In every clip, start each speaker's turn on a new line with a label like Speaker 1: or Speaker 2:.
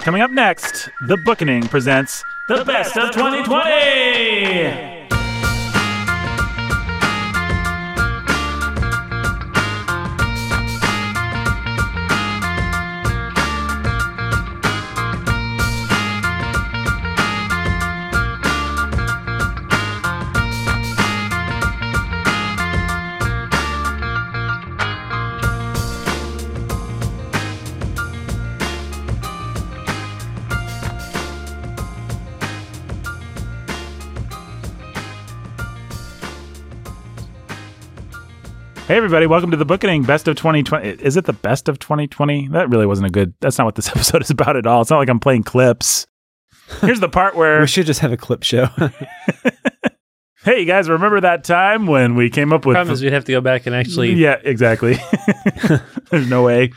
Speaker 1: Coming up next, The Bookening presents The Best of 2020! Hey everybody, welcome to the Bookening Best of 2020. Is it the best of 2020? That really wasn't a good. That's not what this episode is about at all. It's not like I'm playing clips. Here's the part where
Speaker 2: We should just have a clip show.
Speaker 1: hey you guys, remember that time when we came up with
Speaker 3: problem is we'd have to go back and actually
Speaker 1: Yeah, exactly. There's no way.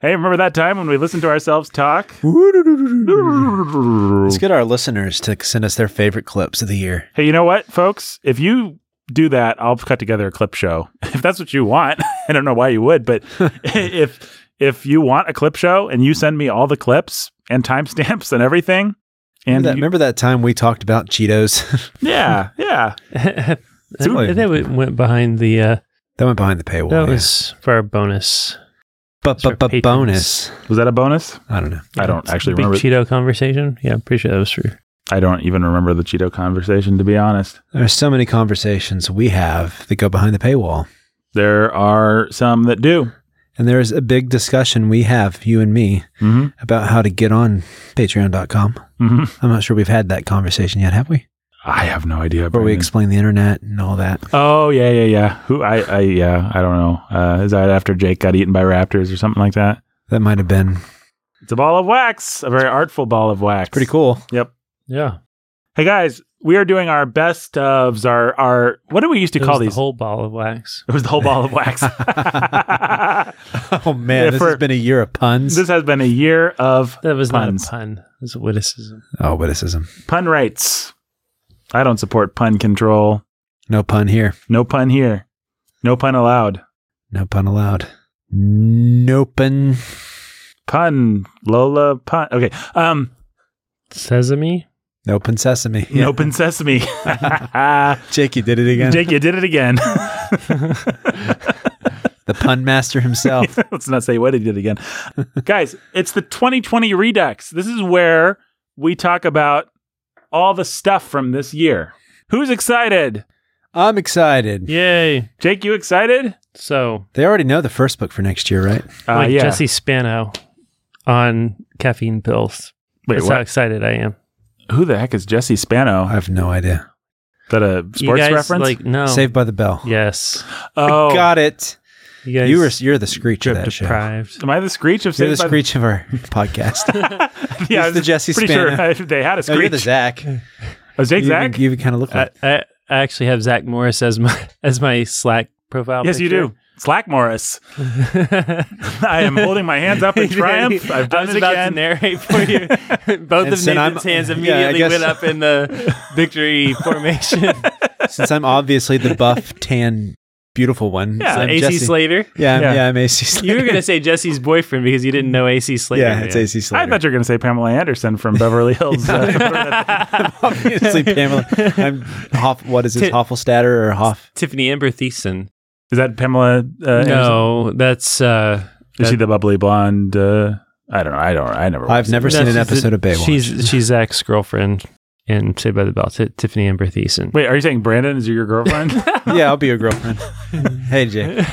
Speaker 1: hey, remember that time when we listened to ourselves talk?
Speaker 2: Let's get our listeners to send us their favorite clips of the year.
Speaker 1: Hey, you know what, folks? If you do that, I'll cut together a clip show. If that's what you want, I don't know why you would, but if if you want a clip show and you send me all the clips and timestamps and everything, and
Speaker 2: Remember that,
Speaker 1: you-
Speaker 2: remember that time we talked about Cheetos?
Speaker 1: yeah, yeah,
Speaker 3: that,
Speaker 2: Totally.
Speaker 3: that went- went behind the uh
Speaker 2: that went behind the paywall.
Speaker 3: that was for our bonus
Speaker 2: but
Speaker 3: for patrons.
Speaker 2: bonus.
Speaker 1: was that a bonus?
Speaker 2: I don't know.
Speaker 1: I don't
Speaker 3: It's a
Speaker 1: actually
Speaker 3: big
Speaker 1: remember.
Speaker 3: cheeto conversation yeah i'm pretty sure that was true
Speaker 1: I don't even remember the Cheeto conversation, to be honest.
Speaker 2: There are so many conversations we have that go behind the paywall,
Speaker 1: There are some that do.
Speaker 2: and there is a big discussion we have, you and me,
Speaker 1: hmm
Speaker 2: about how to get on Patreon.com.
Speaker 1: hmm
Speaker 2: I'm not sure we've had that conversation yet, have we?
Speaker 1: I have no idea.
Speaker 2: Where we
Speaker 1: Brandon.
Speaker 2: explain the internet and all that.
Speaker 1: Oh yeah, yeah, yeah. Who I, I yeah, I don't know. Uh, is that after Jake got eaten by raptors or something like that?
Speaker 2: That might have been
Speaker 1: It's a ball of wax, a very artful ball of wax.
Speaker 2: pretty cool.
Speaker 3: yeah
Speaker 1: Hey guys, we are doing our best ofs. Our our what do we used to
Speaker 3: it
Speaker 1: call
Speaker 3: was the
Speaker 1: these?
Speaker 3: whole ball of wax
Speaker 1: it was the whole ball of wax.
Speaker 2: Oh man,
Speaker 1: Yeah,
Speaker 2: this
Speaker 1: for-
Speaker 2: has been a year of puns.
Speaker 1: this has been a year of
Speaker 3: that was
Speaker 1: Puns.
Speaker 3: not a pun it was a witticism
Speaker 2: oh, witticism.
Speaker 1: pun rights. I don't support pun control.
Speaker 2: No pun here.
Speaker 1: No pun here. No pun allowed.
Speaker 2: No pun allowed. No pun.
Speaker 1: Pun Lola pun. Okay. Um.
Speaker 3: sesame
Speaker 2: No pun sesame.
Speaker 1: No pun sesame.
Speaker 2: Jake, you did it again.
Speaker 1: Jake, you did it again.
Speaker 2: The pun master himself.
Speaker 1: Let's not say what he did again. Guys, it's the 2020 Redux. This is where we talk about all the stuff from this year. Who's excited?
Speaker 2: I'm excited.
Speaker 3: yay
Speaker 1: Jake, you excited?
Speaker 3: so
Speaker 2: They already know the first book for next year, right?
Speaker 1: Uh,
Speaker 3: like
Speaker 1: yeah.
Speaker 3: jesse spano on caffeine pills
Speaker 1: Wait,
Speaker 3: that's
Speaker 1: what?
Speaker 3: how excited i am
Speaker 1: Who the heck is Jesse Spano?
Speaker 2: I
Speaker 1: Is
Speaker 2: have no idea.
Speaker 1: that a sports
Speaker 3: you guys,
Speaker 1: reference?
Speaker 3: like no
Speaker 2: Saved by the Bell.
Speaker 3: yes
Speaker 1: oh,
Speaker 2: Got it.
Speaker 3: you guys
Speaker 2: you were you're the screech of
Speaker 3: drip
Speaker 2: that show.
Speaker 3: deprived
Speaker 1: am I the screech of
Speaker 2: You're the
Speaker 1: Saved by
Speaker 2: screech of our podcast.
Speaker 1: the- yeah, I
Speaker 2: He's the
Speaker 1: was
Speaker 2: Jesse
Speaker 1: pretty
Speaker 2: Spano.
Speaker 1: sure they had a
Speaker 2: No,
Speaker 1: screech. Uh,
Speaker 2: you're the Zach.
Speaker 1: Oh, Jake
Speaker 2: You even-
Speaker 1: Zach?
Speaker 2: You even kind of look
Speaker 3: I,
Speaker 2: like.
Speaker 3: I, I actually have Zach Morris as my as my Slack profile.
Speaker 1: yes, you
Speaker 3: picture.
Speaker 1: do. Slack Morris. I am holding my hands up in triumph. I've
Speaker 3: I
Speaker 1: done
Speaker 3: was
Speaker 1: it
Speaker 3: about
Speaker 1: again.
Speaker 3: to narrate for you. Both
Speaker 2: And
Speaker 3: of
Speaker 2: so I'm-
Speaker 3: Nathan's hands
Speaker 2: yeah, I
Speaker 3: immediately
Speaker 2: guess-
Speaker 3: went up in the victory formation.
Speaker 2: Since I'm obviously the buff, tan, beautiful one.
Speaker 1: Yeah,
Speaker 2: so I'm
Speaker 3: AC
Speaker 2: Jesse-
Speaker 3: Slater.
Speaker 2: Yeah, I'm-
Speaker 1: Yeah.
Speaker 2: yeah. I'm AC Slater.
Speaker 3: You were going to say Jesse's boyfriend because you didn't know AC Slater.
Speaker 2: yeah, it's AC Slater.
Speaker 1: I thought you were going to say Pamela Anderson from Beverly Hills. uh,
Speaker 2: obviously Pamela. I'm Hoff, what is this,
Speaker 3: Ti-
Speaker 2: Hoffelstatter or Hoff?
Speaker 3: Tiffany Amber Thiessen.
Speaker 1: is that Pamela? Uh, Anderson?
Speaker 3: no, that's uh,
Speaker 1: Is she the bubbly blonde? Uh, I don't know. I don't. I never.
Speaker 2: I've
Speaker 1: watched
Speaker 2: never
Speaker 1: it.
Speaker 2: seen an
Speaker 3: that's-
Speaker 2: episode of Baywatch.
Speaker 3: she's she's Zach's girlfriend and Saved by the Bell. Ti Tiffany Amber Thiessen.
Speaker 1: Wait, are you saying Brandon is your girlfriend?
Speaker 2: yeah, I'll be your girlfriend. hey, Jake.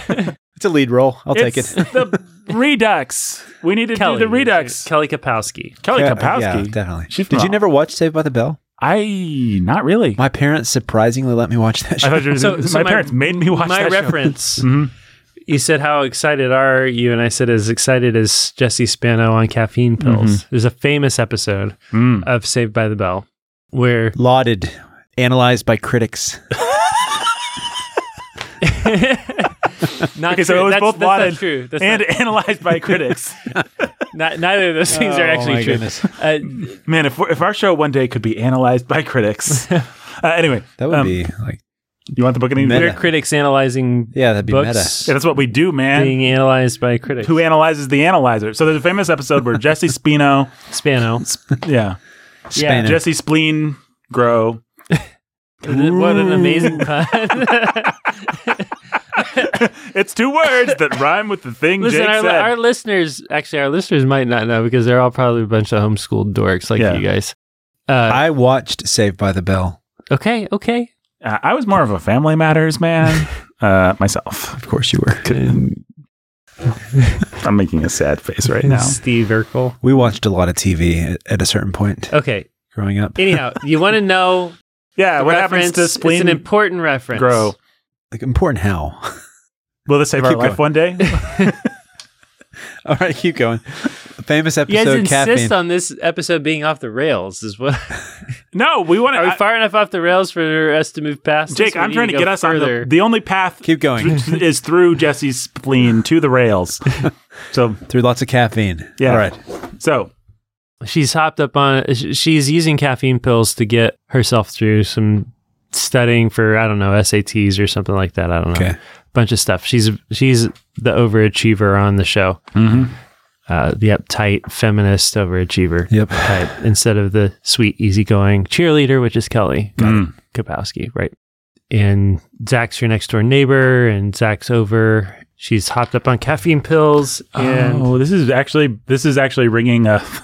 Speaker 2: It's a lead role. I'll take it.
Speaker 1: It's the Redux. We need to
Speaker 3: Kelly,
Speaker 1: do the Redux.
Speaker 3: Kelly Kapowski.
Speaker 1: Kelly
Speaker 2: Yeah, Yeah,
Speaker 1: Kapowski.
Speaker 2: definitely.
Speaker 1: She's
Speaker 2: Did you
Speaker 1: from-
Speaker 2: never watch Saved by the Bell?
Speaker 1: I not really.
Speaker 2: My parents surprisingly let me watch that
Speaker 1: I
Speaker 2: show.
Speaker 1: thought you were,
Speaker 3: So-
Speaker 1: my,
Speaker 3: so my-
Speaker 1: parents made me watch
Speaker 3: My
Speaker 1: that show.
Speaker 3: reference.
Speaker 1: Mhm.
Speaker 3: you said how excited are you and i said as excited as jesse spano on caffeine pills there's a famous episode
Speaker 1: Mm.
Speaker 3: of saved by the bell where
Speaker 2: Lauded, analyzed by critics.
Speaker 3: not
Speaker 1: Okay, so
Speaker 3: true.
Speaker 1: it was
Speaker 3: that's,
Speaker 1: both
Speaker 3: that's
Speaker 1: lauded
Speaker 3: not true that's
Speaker 1: And analyzed by critics.
Speaker 3: not, not- neither of those things
Speaker 2: Oh,
Speaker 3: are
Speaker 2: my
Speaker 3: actually true
Speaker 2: goodness.
Speaker 3: uh,
Speaker 1: Man, if we're- if our show one day could be analyzed by critics. Uh, anyway,
Speaker 2: That would
Speaker 1: Um,
Speaker 2: be like
Speaker 1: You want the book
Speaker 2: Meta.
Speaker 3: We're
Speaker 1: anywhere?
Speaker 3: critics analyzing
Speaker 2: Yeah, that'd be
Speaker 3: books
Speaker 1: Yeah, that's what we do, man.
Speaker 3: being analyzed by critics.
Speaker 1: Who analyzes the analyzer? So there's a famous episode where Jesse Spino,
Speaker 3: Spano.
Speaker 1: yeah,
Speaker 2: meta.
Speaker 3: Yeah,
Speaker 2: Spanner.
Speaker 1: Jesse Spleen Grow.
Speaker 3: what an amazing pun.
Speaker 1: It's two words that rhyme with the thing
Speaker 3: Listen,
Speaker 1: Jake
Speaker 3: our,
Speaker 1: said.
Speaker 3: our listeners, actually, our listeners might not know because they're all probably a bunch of homeschooled dorks like
Speaker 1: Yeah.
Speaker 3: you guys. Uh,
Speaker 2: I watched Saved by the Bell.
Speaker 3: okay, okay.
Speaker 1: Uh, I was more of a Family Matters man uh, myself.
Speaker 2: Of course you were.
Speaker 1: Um, I'm making a sad face right now.
Speaker 3: Steve Urkel.
Speaker 2: We watched a lot of TV at, at a certain point
Speaker 3: Okay.
Speaker 2: growing up.
Speaker 3: Anyhow, you want to know
Speaker 1: Yeah,
Speaker 3: the
Speaker 1: what
Speaker 3: reference?
Speaker 1: happens to
Speaker 3: It's an
Speaker 1: spleen
Speaker 3: important reference.
Speaker 1: grow?
Speaker 2: Like important how.
Speaker 1: Will this save our
Speaker 2: Keep
Speaker 1: life one day?
Speaker 2: All right, keep going. A famous
Speaker 3: You guys
Speaker 2: episode,
Speaker 3: insist
Speaker 2: caffeine.
Speaker 3: on this episode being off the rails. Is what?
Speaker 1: no, we want
Speaker 3: Are we
Speaker 1: to.
Speaker 3: far enough off the rails for us to move past?
Speaker 1: Jake,
Speaker 3: this? We
Speaker 1: I'm
Speaker 3: need
Speaker 1: trying to
Speaker 3: go
Speaker 1: get us
Speaker 3: further.
Speaker 1: on the, the only path
Speaker 2: keep going
Speaker 1: th- is through Jesse's spleen to the rails. So
Speaker 2: through lots of caffeine.
Speaker 1: Yeah.
Speaker 2: All right.
Speaker 1: so
Speaker 3: she's hopped up on sh- she's using caffeine pills to get herself through some studying for i don't know sats or something like that i don't know
Speaker 2: Okay.
Speaker 3: bunch of stuff she's she's the overachiever on the show uh, the uptight feminist overachiever
Speaker 2: Yep.
Speaker 3: type instead of the sweet easygoing cheerleader which is kelly
Speaker 1: Mm.
Speaker 3: kapowski right and zach's your next door neighbor and zach's over she's hopped up on caffeine pills and
Speaker 1: oh, this is actually this is actually ringing a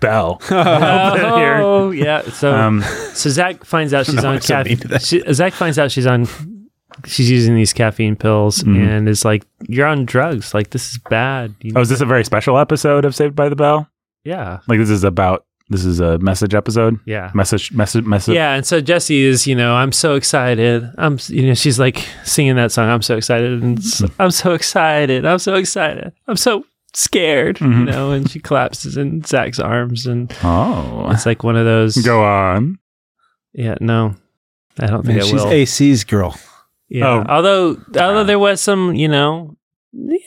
Speaker 1: bell.
Speaker 3: Oh, yeah. So
Speaker 1: Um,
Speaker 3: So Zach finds out she's
Speaker 2: No, I
Speaker 3: on
Speaker 2: was so mean to
Speaker 3: caffeine.
Speaker 2: that.
Speaker 3: She, Zach finds out she's on. She's using these caffeine pills
Speaker 1: Mm.
Speaker 3: and is like, "You're on drugs. Like this is bad." You
Speaker 1: oh, is this a very special episode of Saved by the Bell?
Speaker 3: yeah,
Speaker 1: Like this is about this is a message episode.
Speaker 3: yeah,
Speaker 1: Message, message, message.
Speaker 3: yeah. And so Jesse is, you know, I'm so excited. I'm, s- you know, she's like singing that song. I'm so excited, and s- I'm so excited. I'm so excited. I'm so scared, you
Speaker 1: Mhm.
Speaker 3: know. And she collapses in Zach's arms, and
Speaker 1: Oh,
Speaker 3: it's like one of those.
Speaker 1: go on.
Speaker 3: Yeah, no, I don't think
Speaker 2: Man,
Speaker 3: it
Speaker 2: she's
Speaker 3: will.
Speaker 2: AC's girl.
Speaker 3: Yeah.
Speaker 1: Oh.
Speaker 3: although although there was some, you know,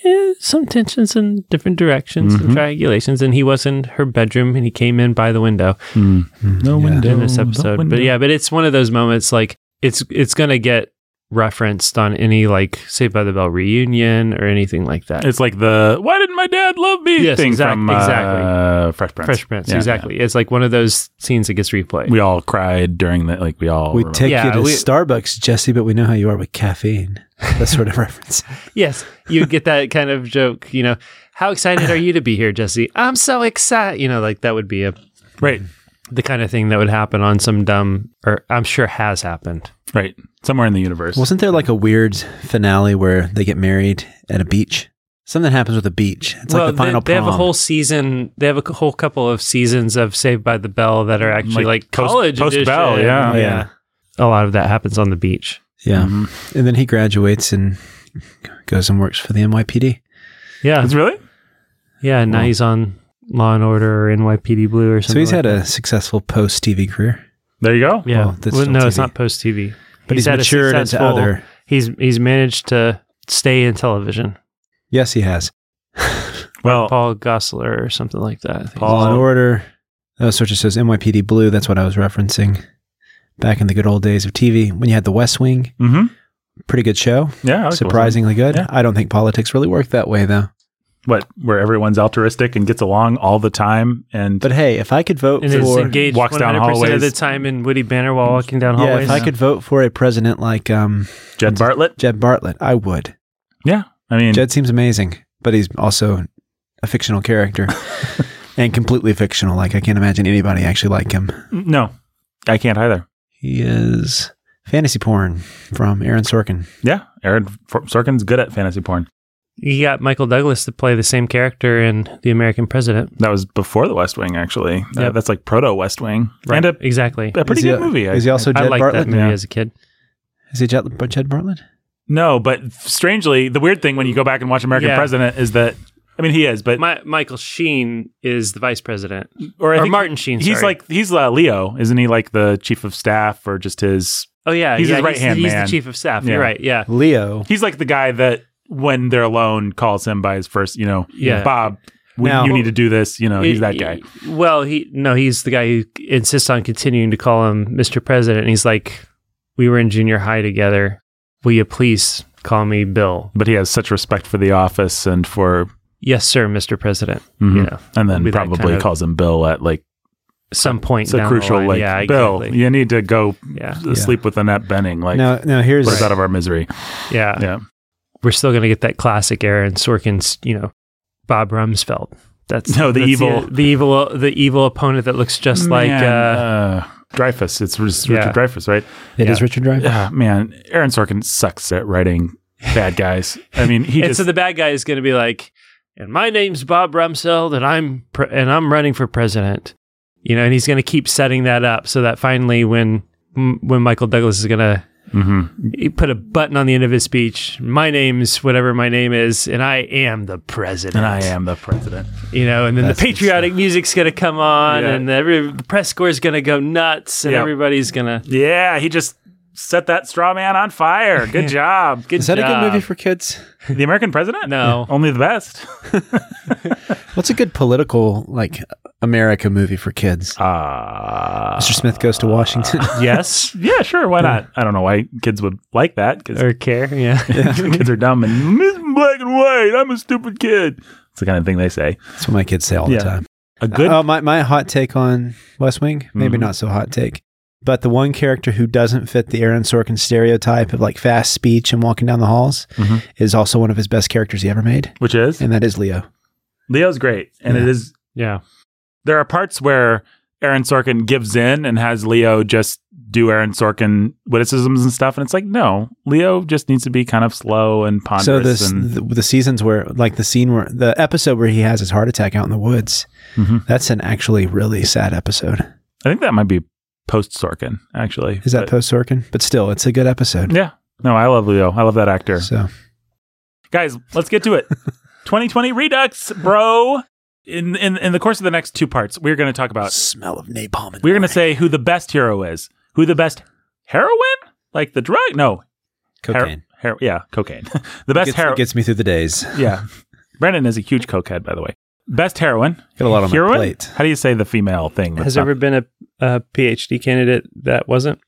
Speaker 3: eh, some tensions in different directions
Speaker 1: Mhm.
Speaker 3: and triangulations, and he was in her bedroom and he came in by the window
Speaker 1: Mm. No
Speaker 2: Hmm. Yeah.
Speaker 1: window.
Speaker 3: in this
Speaker 1: no
Speaker 3: episode.
Speaker 1: window.
Speaker 3: But yeah, but it's one of those moments like it's it's gonna get referenced on any like Saved by the Bell reunion or anything like that.
Speaker 1: It's like the "Why didn't my dad love me?"
Speaker 3: Yes,
Speaker 1: thing
Speaker 3: exact-
Speaker 1: from
Speaker 3: exactly.
Speaker 1: uh, Fresh Prince.
Speaker 3: Fresh Prince,
Speaker 1: Yeah,
Speaker 3: exactly. It's like one of those scenes that gets replayed.
Speaker 1: We all cried during that. Like we all.
Speaker 2: We
Speaker 1: remember.
Speaker 2: take
Speaker 3: Yeah,
Speaker 2: you to
Speaker 3: we-
Speaker 2: Starbucks, Jesse, but we know how you are with caffeine. That sort of reference.
Speaker 3: yes, you get that kind of joke. You know, how excited are you to be here, Jesse? I'm so excited. You know, like that would be a
Speaker 1: right,
Speaker 3: the kind of thing that would happen on some dumb or I'm sure has happened.
Speaker 1: right, somewhere in the universe.
Speaker 2: Wasn't there like a weird finale where they get married at a beach? Something happens with a beach. It's like the final
Speaker 3: they, they have a
Speaker 2: prom.
Speaker 3: whole season. They have a c- whole couple of seasons of Saved by the Bell that are actually like,
Speaker 1: Like post-
Speaker 3: college
Speaker 1: post-Bell,
Speaker 3: edition.
Speaker 1: yeah.
Speaker 2: Yeah.
Speaker 3: A lot of that happens on the beach.
Speaker 2: yeah.
Speaker 1: Mhm.
Speaker 2: Mm. And then he graduates and goes and works for the NYPD.
Speaker 3: Yeah,
Speaker 1: It's really.
Speaker 3: yeah. And now he's on Law and Order or NYPD Blue or something.
Speaker 2: So he's had
Speaker 3: like
Speaker 2: a oh, successful post TV career,
Speaker 1: There you go.
Speaker 3: that. yeah.
Speaker 2: well, that's
Speaker 3: Well,
Speaker 2: still
Speaker 3: no, it's
Speaker 2: TV.
Speaker 3: not post TV,
Speaker 2: but he's,
Speaker 3: had a
Speaker 2: matured into
Speaker 3: successful-
Speaker 2: other.
Speaker 3: He's he's managed to stay in television.
Speaker 2: Yes, he has. Oh.
Speaker 1: Well,
Speaker 3: Paul Gosselaar or something like that. I think.
Speaker 1: Paul-
Speaker 2: Law and Order. Oh, so it just says NYPD Blue. That's what I was referencing back in the good old days of TV when you had The West Wing.
Speaker 1: hmm
Speaker 2: Pretty good show.
Speaker 1: yeah, I like
Speaker 2: surprisingly good.
Speaker 1: Yeah.
Speaker 2: I don't think politics really work that way, though.
Speaker 1: the West Wing. What where everyone's altruistic and gets along all the time, and
Speaker 2: But hey, if I could vote
Speaker 3: and is
Speaker 2: for
Speaker 3: engaged
Speaker 1: walks down
Speaker 3: 100% of
Speaker 1: hallways.
Speaker 3: the time in Woody Banner while walking down
Speaker 2: yeah,
Speaker 3: hallways.
Speaker 2: if I could vote for a president like um,
Speaker 1: Jed Bartlett.
Speaker 2: Jed Bartlett, I would.
Speaker 1: Yeah, I mean,
Speaker 2: Jed seems amazing, but he's also a fictional character and completely fictional. Like I can't imagine anybody actually like him.
Speaker 1: no, I can't either.
Speaker 2: He is fantasy porn from Aaron Sorkin.
Speaker 1: Yeah, Aaron F- Sorkin's good at fantasy porn.
Speaker 3: You got Michael Douglas to play the same character in The American President.
Speaker 1: That was before The West Wing, actually. That-
Speaker 3: Yep.
Speaker 1: that's like proto West Wing, and a,
Speaker 3: exactly.
Speaker 1: a pretty
Speaker 2: Is he
Speaker 1: good
Speaker 2: a-
Speaker 1: movie. I-
Speaker 2: Is he also
Speaker 3: I
Speaker 2: Jed
Speaker 3: liked
Speaker 2: Bartlett?
Speaker 3: that movie
Speaker 1: Yeah.
Speaker 3: as a kid.
Speaker 2: Is he Jed, Jed Bartlett?
Speaker 1: No, but strangely, the weird thing when you go back and watch American
Speaker 3: Yeah.
Speaker 1: President is that I mean he is, but
Speaker 3: My, Michael Sheen is the vice president,
Speaker 1: or, I
Speaker 3: or
Speaker 1: think
Speaker 3: Martin Sheen.
Speaker 1: He's
Speaker 3: sorry.
Speaker 1: like he's uh, Leo, isn't he? Like the chief of staff or just his.
Speaker 3: oh yeah,
Speaker 1: he's
Speaker 3: yeah,
Speaker 1: his right-hand
Speaker 3: he's,
Speaker 1: man.
Speaker 3: He's the chief of staff.
Speaker 1: Yeah.
Speaker 3: You're right. Yeah,
Speaker 2: Leo.
Speaker 1: He's like the guy that when they're alone calls him by his first, you know,
Speaker 3: Yeah.
Speaker 1: Bob. We,
Speaker 2: Now-
Speaker 1: you need to do this. You know, he's that guy.
Speaker 3: Well, he no, he's the guy who insists on continuing to call him Mr. President. And he's like, We were in junior high together. Will you please call me Bill?
Speaker 1: But he has such respect for the office and for,
Speaker 3: Yes, sir, Mr. President.
Speaker 1: Mhm.
Speaker 3: Yeah.
Speaker 1: and then
Speaker 3: Be that
Speaker 1: probably
Speaker 3: kind of-
Speaker 1: calls him Bill at like
Speaker 3: Some point
Speaker 1: it's a
Speaker 3: down
Speaker 1: crucial
Speaker 3: the line.
Speaker 1: like
Speaker 3: yeah,
Speaker 1: Bill,
Speaker 3: exactly.
Speaker 1: you need to go
Speaker 3: Yeah.
Speaker 2: Yeah.
Speaker 1: sleep with Annette Benning, like
Speaker 2: now, now here's
Speaker 1: put us out of our misery.
Speaker 3: Yeah.
Speaker 1: Yeah,
Speaker 3: We're still going to get that classic Aaron Sorkin's, you know, Bob Rumsfeld. That's
Speaker 1: No, the
Speaker 3: that's
Speaker 1: evil-
Speaker 3: the, evil the evil opponent that looks just like uh,
Speaker 1: Dreyfus. It's Richard
Speaker 3: Yeah.
Speaker 1: Dreyfus, right?
Speaker 2: it
Speaker 3: yeah.
Speaker 2: is Richard Drive.
Speaker 1: Ah, man, Aaron Sorkin sucks at writing bad guys. I mean, he
Speaker 3: and
Speaker 1: just
Speaker 3: so the bad guy is going to be like, "And my name's Bob Rumsfeld, and I'm pre- and I'm running for president." You know, and he's going to keep setting that up so that finally, when m- when Michael Douglas is going to
Speaker 1: Mhm.
Speaker 3: put a button on the end of his speech, my name's whatever my name is, and I am the president.
Speaker 1: and I am the president.
Speaker 3: you know, and then
Speaker 2: That's
Speaker 3: the
Speaker 2: good
Speaker 3: patriotic music's going to come on,
Speaker 1: Yeah.
Speaker 3: and every the press corps is going to go nuts, and
Speaker 1: Yeah.
Speaker 3: everybody's going to.
Speaker 1: Yeah, he just set that straw man on fire. Good job.
Speaker 3: Good
Speaker 2: Is that a
Speaker 3: job.
Speaker 2: good movie for kids?
Speaker 1: The American president?
Speaker 3: No.
Speaker 1: only the best.
Speaker 2: What's a good political like America movie for kids?
Speaker 1: Uh,
Speaker 2: Mr. Smith goes to Washington.
Speaker 3: yes
Speaker 1: yeah, sure. Why not? I don't know why kids would like that because
Speaker 3: or care? Yeah.
Speaker 1: kids are dumb and "Miss black and white. I'm a stupid kid. It's the kind of thing they say.
Speaker 2: That's what my kids say all
Speaker 1: Yeah.
Speaker 2: the time.
Speaker 1: A good Mm-hmm.
Speaker 2: Oh, my, my hot take on West Wing, maybe not so hot take, but the one character who doesn't fit the Aaron Sorkin stereotype of like fast speech and walking down the halls
Speaker 1: Mhm.
Speaker 2: is also one of his best characters he ever made,
Speaker 1: which is
Speaker 2: and that is Leo.
Speaker 1: Leo's great, and it
Speaker 2: Yeah.
Speaker 1: is.
Speaker 3: yeah.
Speaker 1: There are parts where Aaron Sorkin gives in and has Leo just do Aaron Sorkin witticisms and stuff, and it's like no, Leo just needs to be kind of slow and ponderous.
Speaker 2: so this
Speaker 1: and,
Speaker 2: the, the seasons where like the scene where the episode where he has his heart attack out in the woods,
Speaker 1: Mhm.
Speaker 2: that's an actually really sad episode.
Speaker 1: I think that might be post Sorkin actually.
Speaker 2: Is that
Speaker 1: But-
Speaker 2: post Sorkin? But still, it's a good episode.
Speaker 1: yeah? No, I love Leo. I love that actor.
Speaker 2: So
Speaker 1: guys let's get to it 2020 redux bro in, in in the course of the next two parts we're going to talk about
Speaker 2: smell of napalm. in the
Speaker 1: we're going to
Speaker 2: morning.
Speaker 1: say who the best hero is who the best heroine like the drug no her-
Speaker 2: cocaine.
Speaker 1: her- yeah cocaine the best
Speaker 2: gets,
Speaker 1: hero
Speaker 2: gets me through the days.
Speaker 1: yeah brandon is a huge cokehead by the way best heroine
Speaker 2: Got a lot on
Speaker 1: heroine
Speaker 2: my plate.
Speaker 1: how do you say the female thing that's
Speaker 3: Has
Speaker 1: not-
Speaker 3: ever been a, a PhD candidate that wasn't?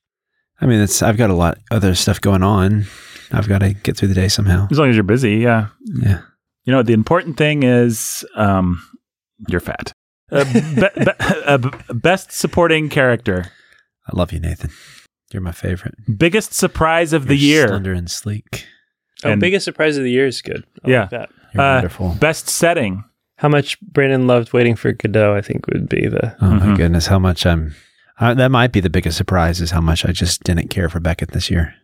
Speaker 2: I mean, it's I've got a lot other stuff going on. I've got to get through the day somehow.
Speaker 1: as long as you're busy yeah
Speaker 2: Yeah.
Speaker 1: you know the important thing is um you're fat uh, be- be- uh, b- best supporting character
Speaker 2: I love you, Nathan. You're my favorite.
Speaker 1: biggest surprise of the
Speaker 2: You're
Speaker 1: year
Speaker 2: slender and sleek.
Speaker 3: Oh,
Speaker 1: And-
Speaker 3: biggest surprise of the year is good. I
Speaker 1: Yeah.
Speaker 3: Like that.
Speaker 2: You're
Speaker 1: Uh,
Speaker 2: wonderful.
Speaker 1: Best setting.
Speaker 3: How much Brandon loved waiting for Godot, I think, would be the.
Speaker 2: Oh
Speaker 1: mhm.
Speaker 2: my goodness, how much I'm. Uh, that might be the biggest surprise is how much I just didn't care for Beckett this year.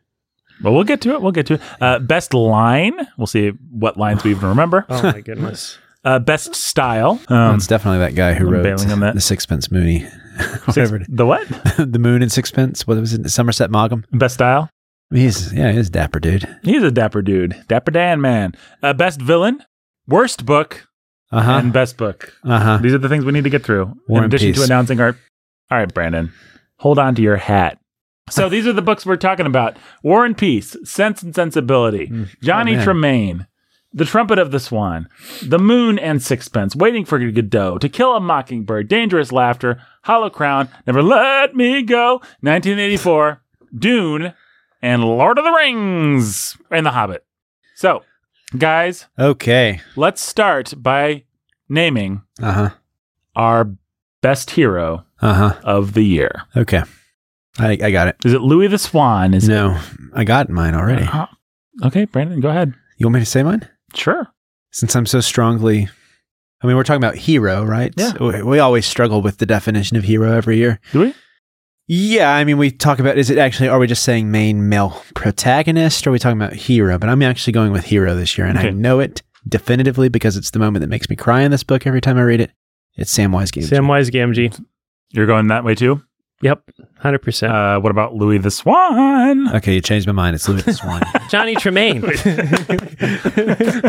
Speaker 1: Well, we'll get to it. We'll get to it. Uh, best line. We'll see what lines we even remember.
Speaker 3: Oh my goodness.
Speaker 1: Uh, best style.
Speaker 2: Well,
Speaker 1: Um,
Speaker 2: it's definitely that guy who
Speaker 1: I'm
Speaker 2: wrote
Speaker 1: bailing on that.
Speaker 2: the Sixpence Mooney,
Speaker 1: six-
Speaker 2: whatever, it-
Speaker 1: the what?
Speaker 2: the Moon and Sixpence. What was it? Somerset Maugham.
Speaker 1: Best style.
Speaker 2: He's yeah, he's a dapper dude.
Speaker 1: He's a dapper dude. Dapper Dan man. Uh, best villain. Worst book
Speaker 2: Uh huh.
Speaker 1: and best book.
Speaker 2: Uh huh.
Speaker 1: These are the things we need to get through.
Speaker 2: War
Speaker 1: in
Speaker 2: and
Speaker 1: addition to
Speaker 2: peace.
Speaker 1: announcing our. All right, Brandon, hold on to your hat. So these are the books we're talking about: War and Peace, Sense and Sensibility,
Speaker 2: Mm.
Speaker 1: Johnny
Speaker 2: Oh, man.
Speaker 1: Tremaine, The Trumpet of the Swan, The Moon and Sixpence, Waiting for Godot, To Kill a Mockingbird, Dangerous Laughter, Hollow Crown, Never Let Me Go, 1984, Dune, and Lord of the Rings, and The Hobbit. So, guys,
Speaker 2: Okay.
Speaker 1: let's start by naming
Speaker 2: Uh huh.
Speaker 1: our best hero
Speaker 2: Uh huh.
Speaker 1: of the year.
Speaker 2: Okay. I I got it.
Speaker 1: Is it Louis the Swan? Is it?
Speaker 2: No, I got mine already.
Speaker 1: Uh, okay, Brandon, go ahead.
Speaker 2: You want me to say mine?
Speaker 1: Sure.
Speaker 2: Since I'm so strongly, I mean, we're talking about hero, right?
Speaker 1: Yeah.
Speaker 2: We, we always struggle with the definition of hero every year.
Speaker 1: Do we?
Speaker 2: Yeah, I mean, we talk about is it actually are we just saying main male protagonist? Or are we talking about hero? But I'm actually going with hero this year, and I
Speaker 1: Okay.
Speaker 2: know it definitively because it's the moment that makes me cry in this book every time I read it. It's Samwise Gamgee.
Speaker 3: Samwise Gamgee.
Speaker 1: You're going that way too?
Speaker 3: Yep. 100%.
Speaker 1: Uh, what about Louis the Swan?
Speaker 2: okay, you changed my mind. It's Louis the Swan.
Speaker 3: Johnny Tremaine.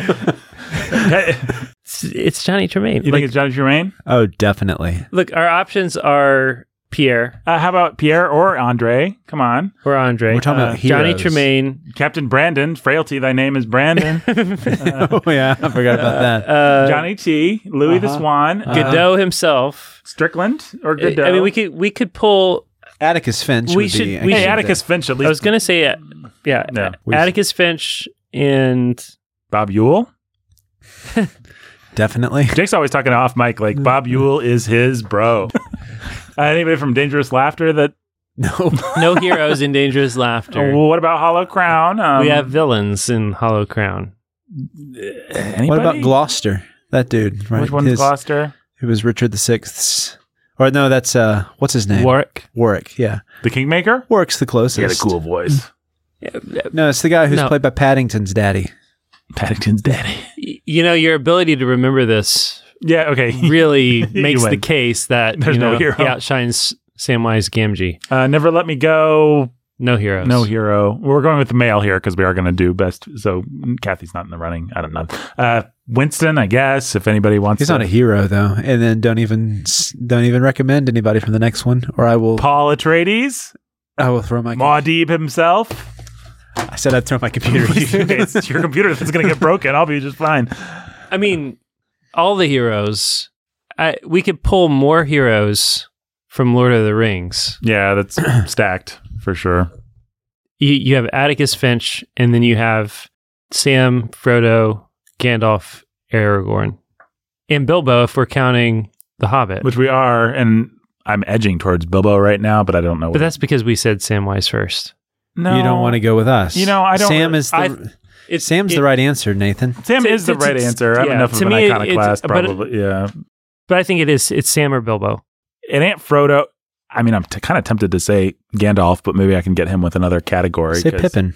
Speaker 1: Hey,
Speaker 3: it's, it's Johnny Tremaine.
Speaker 1: you
Speaker 3: Like,
Speaker 1: think it's Johnny Germain?
Speaker 2: oh, definitely.
Speaker 3: look, our options are Pierre
Speaker 1: Uh, how about Pierre or Andre? Come on.
Speaker 3: or Andre.
Speaker 2: We're talking about
Speaker 3: Uh, Johnny
Speaker 2: heroes.
Speaker 3: Tremaine.
Speaker 1: Captain Brandon, frailty, thy name is Brandon.
Speaker 2: oh yeah, I forgot about that.
Speaker 3: Uh,
Speaker 1: Johnny T, Louis the
Speaker 2: Uh-huh.
Speaker 1: Swan,
Speaker 2: Uh-huh.
Speaker 1: Good-
Speaker 3: Godot himself.
Speaker 1: Strickland or
Speaker 3: Uh, I-
Speaker 1: Godot.
Speaker 3: I mean, we could we could pull.
Speaker 2: Atticus Finch.
Speaker 3: We
Speaker 2: would
Speaker 3: should-
Speaker 2: Be,
Speaker 3: we
Speaker 2: I
Speaker 1: hey,
Speaker 3: should-
Speaker 1: Atticus Finch at
Speaker 3: I
Speaker 1: least.
Speaker 3: was gonna say, uh, yeah,
Speaker 1: No,
Speaker 3: uh,
Speaker 2: we-
Speaker 3: Atticus Finch and
Speaker 1: Bob Yule.
Speaker 2: definitely.
Speaker 1: Jake's always talking off mic like Bob Yule is his bro. uh, anybody from Dangerous Laughter that?
Speaker 2: No,
Speaker 3: no heroes in dangerous laughter.
Speaker 1: Well, what about Hollow Crown? Oh, Um,
Speaker 3: we have villains in Hollow Crown.
Speaker 1: Anybody?
Speaker 2: What about Gloucester? That dude, right?
Speaker 1: Which one's
Speaker 2: His-
Speaker 1: Gloucester?
Speaker 2: It was Richard the Sixth's. Or no, that's uh, what's his name?
Speaker 3: Warwick.
Speaker 2: Warwick. Yeah,
Speaker 1: The Kingmaker.
Speaker 2: Warwick's the closest.
Speaker 1: voice.
Speaker 2: No, it's the guy who's
Speaker 3: No.
Speaker 2: played by Paddington's daddy.
Speaker 1: Paddington's daddy.
Speaker 3: Y- You know, your ability to remember this
Speaker 1: Yeah. Okay.
Speaker 3: really makes the
Speaker 1: win.
Speaker 3: case that
Speaker 1: There's
Speaker 3: you
Speaker 1: no
Speaker 3: know,
Speaker 1: hero.
Speaker 3: he outshines Samwise Gamgee.
Speaker 1: Uh, Never let me go.
Speaker 3: No heroes.
Speaker 1: No hero. We're going with the male here because we are going to do best. So Kathy's not in the running. I don't know. Uh, Winston, I guess, if anybody wants.
Speaker 2: He's
Speaker 1: to.
Speaker 2: not a hero though, and then don't even s- don't even recommend anybody from the next one, or I will
Speaker 1: Paul Atreides,
Speaker 2: I will throw my
Speaker 1: Maudib himself.
Speaker 2: I said I'd throw my computer.
Speaker 1: it's your computer that's going to get broken. I'll be just fine.
Speaker 3: I mean, all the heroes. I, we could pull more heroes from Lord of the Rings.
Speaker 1: Yeah, that's stacked for sure.
Speaker 3: You, you have Atticus Finch, and then you have Sam, Frodo, Gandalf, Aragorn, and Bilbo. If we're counting the Hobbit,
Speaker 1: Which we are, and I'm edging towards Bilbo right now, but I don't know.
Speaker 3: but that's because we said Samwise first.
Speaker 1: no,
Speaker 2: You don't want to go with us.
Speaker 1: You know, I don't-
Speaker 2: Sam is the,
Speaker 1: I-
Speaker 3: It's,
Speaker 2: Sam's the right answer, Nathan.
Speaker 1: Sam
Speaker 3: to-
Speaker 1: is the
Speaker 3: to-
Speaker 1: right
Speaker 3: to-
Speaker 1: answer. I'm
Speaker 3: yeah,
Speaker 1: enough of
Speaker 3: to
Speaker 1: an
Speaker 3: me, it-
Speaker 1: iconoclast,
Speaker 3: it's- but it-
Speaker 1: probably. yeah,
Speaker 3: But I think it is. It's Sam or Bilbo.
Speaker 1: and Aunt Frodo. I mean, I'm t- kind of tempted to say Gandalf, but maybe I can get him with another category.
Speaker 2: Say
Speaker 1: 'cause-
Speaker 2: Pippin.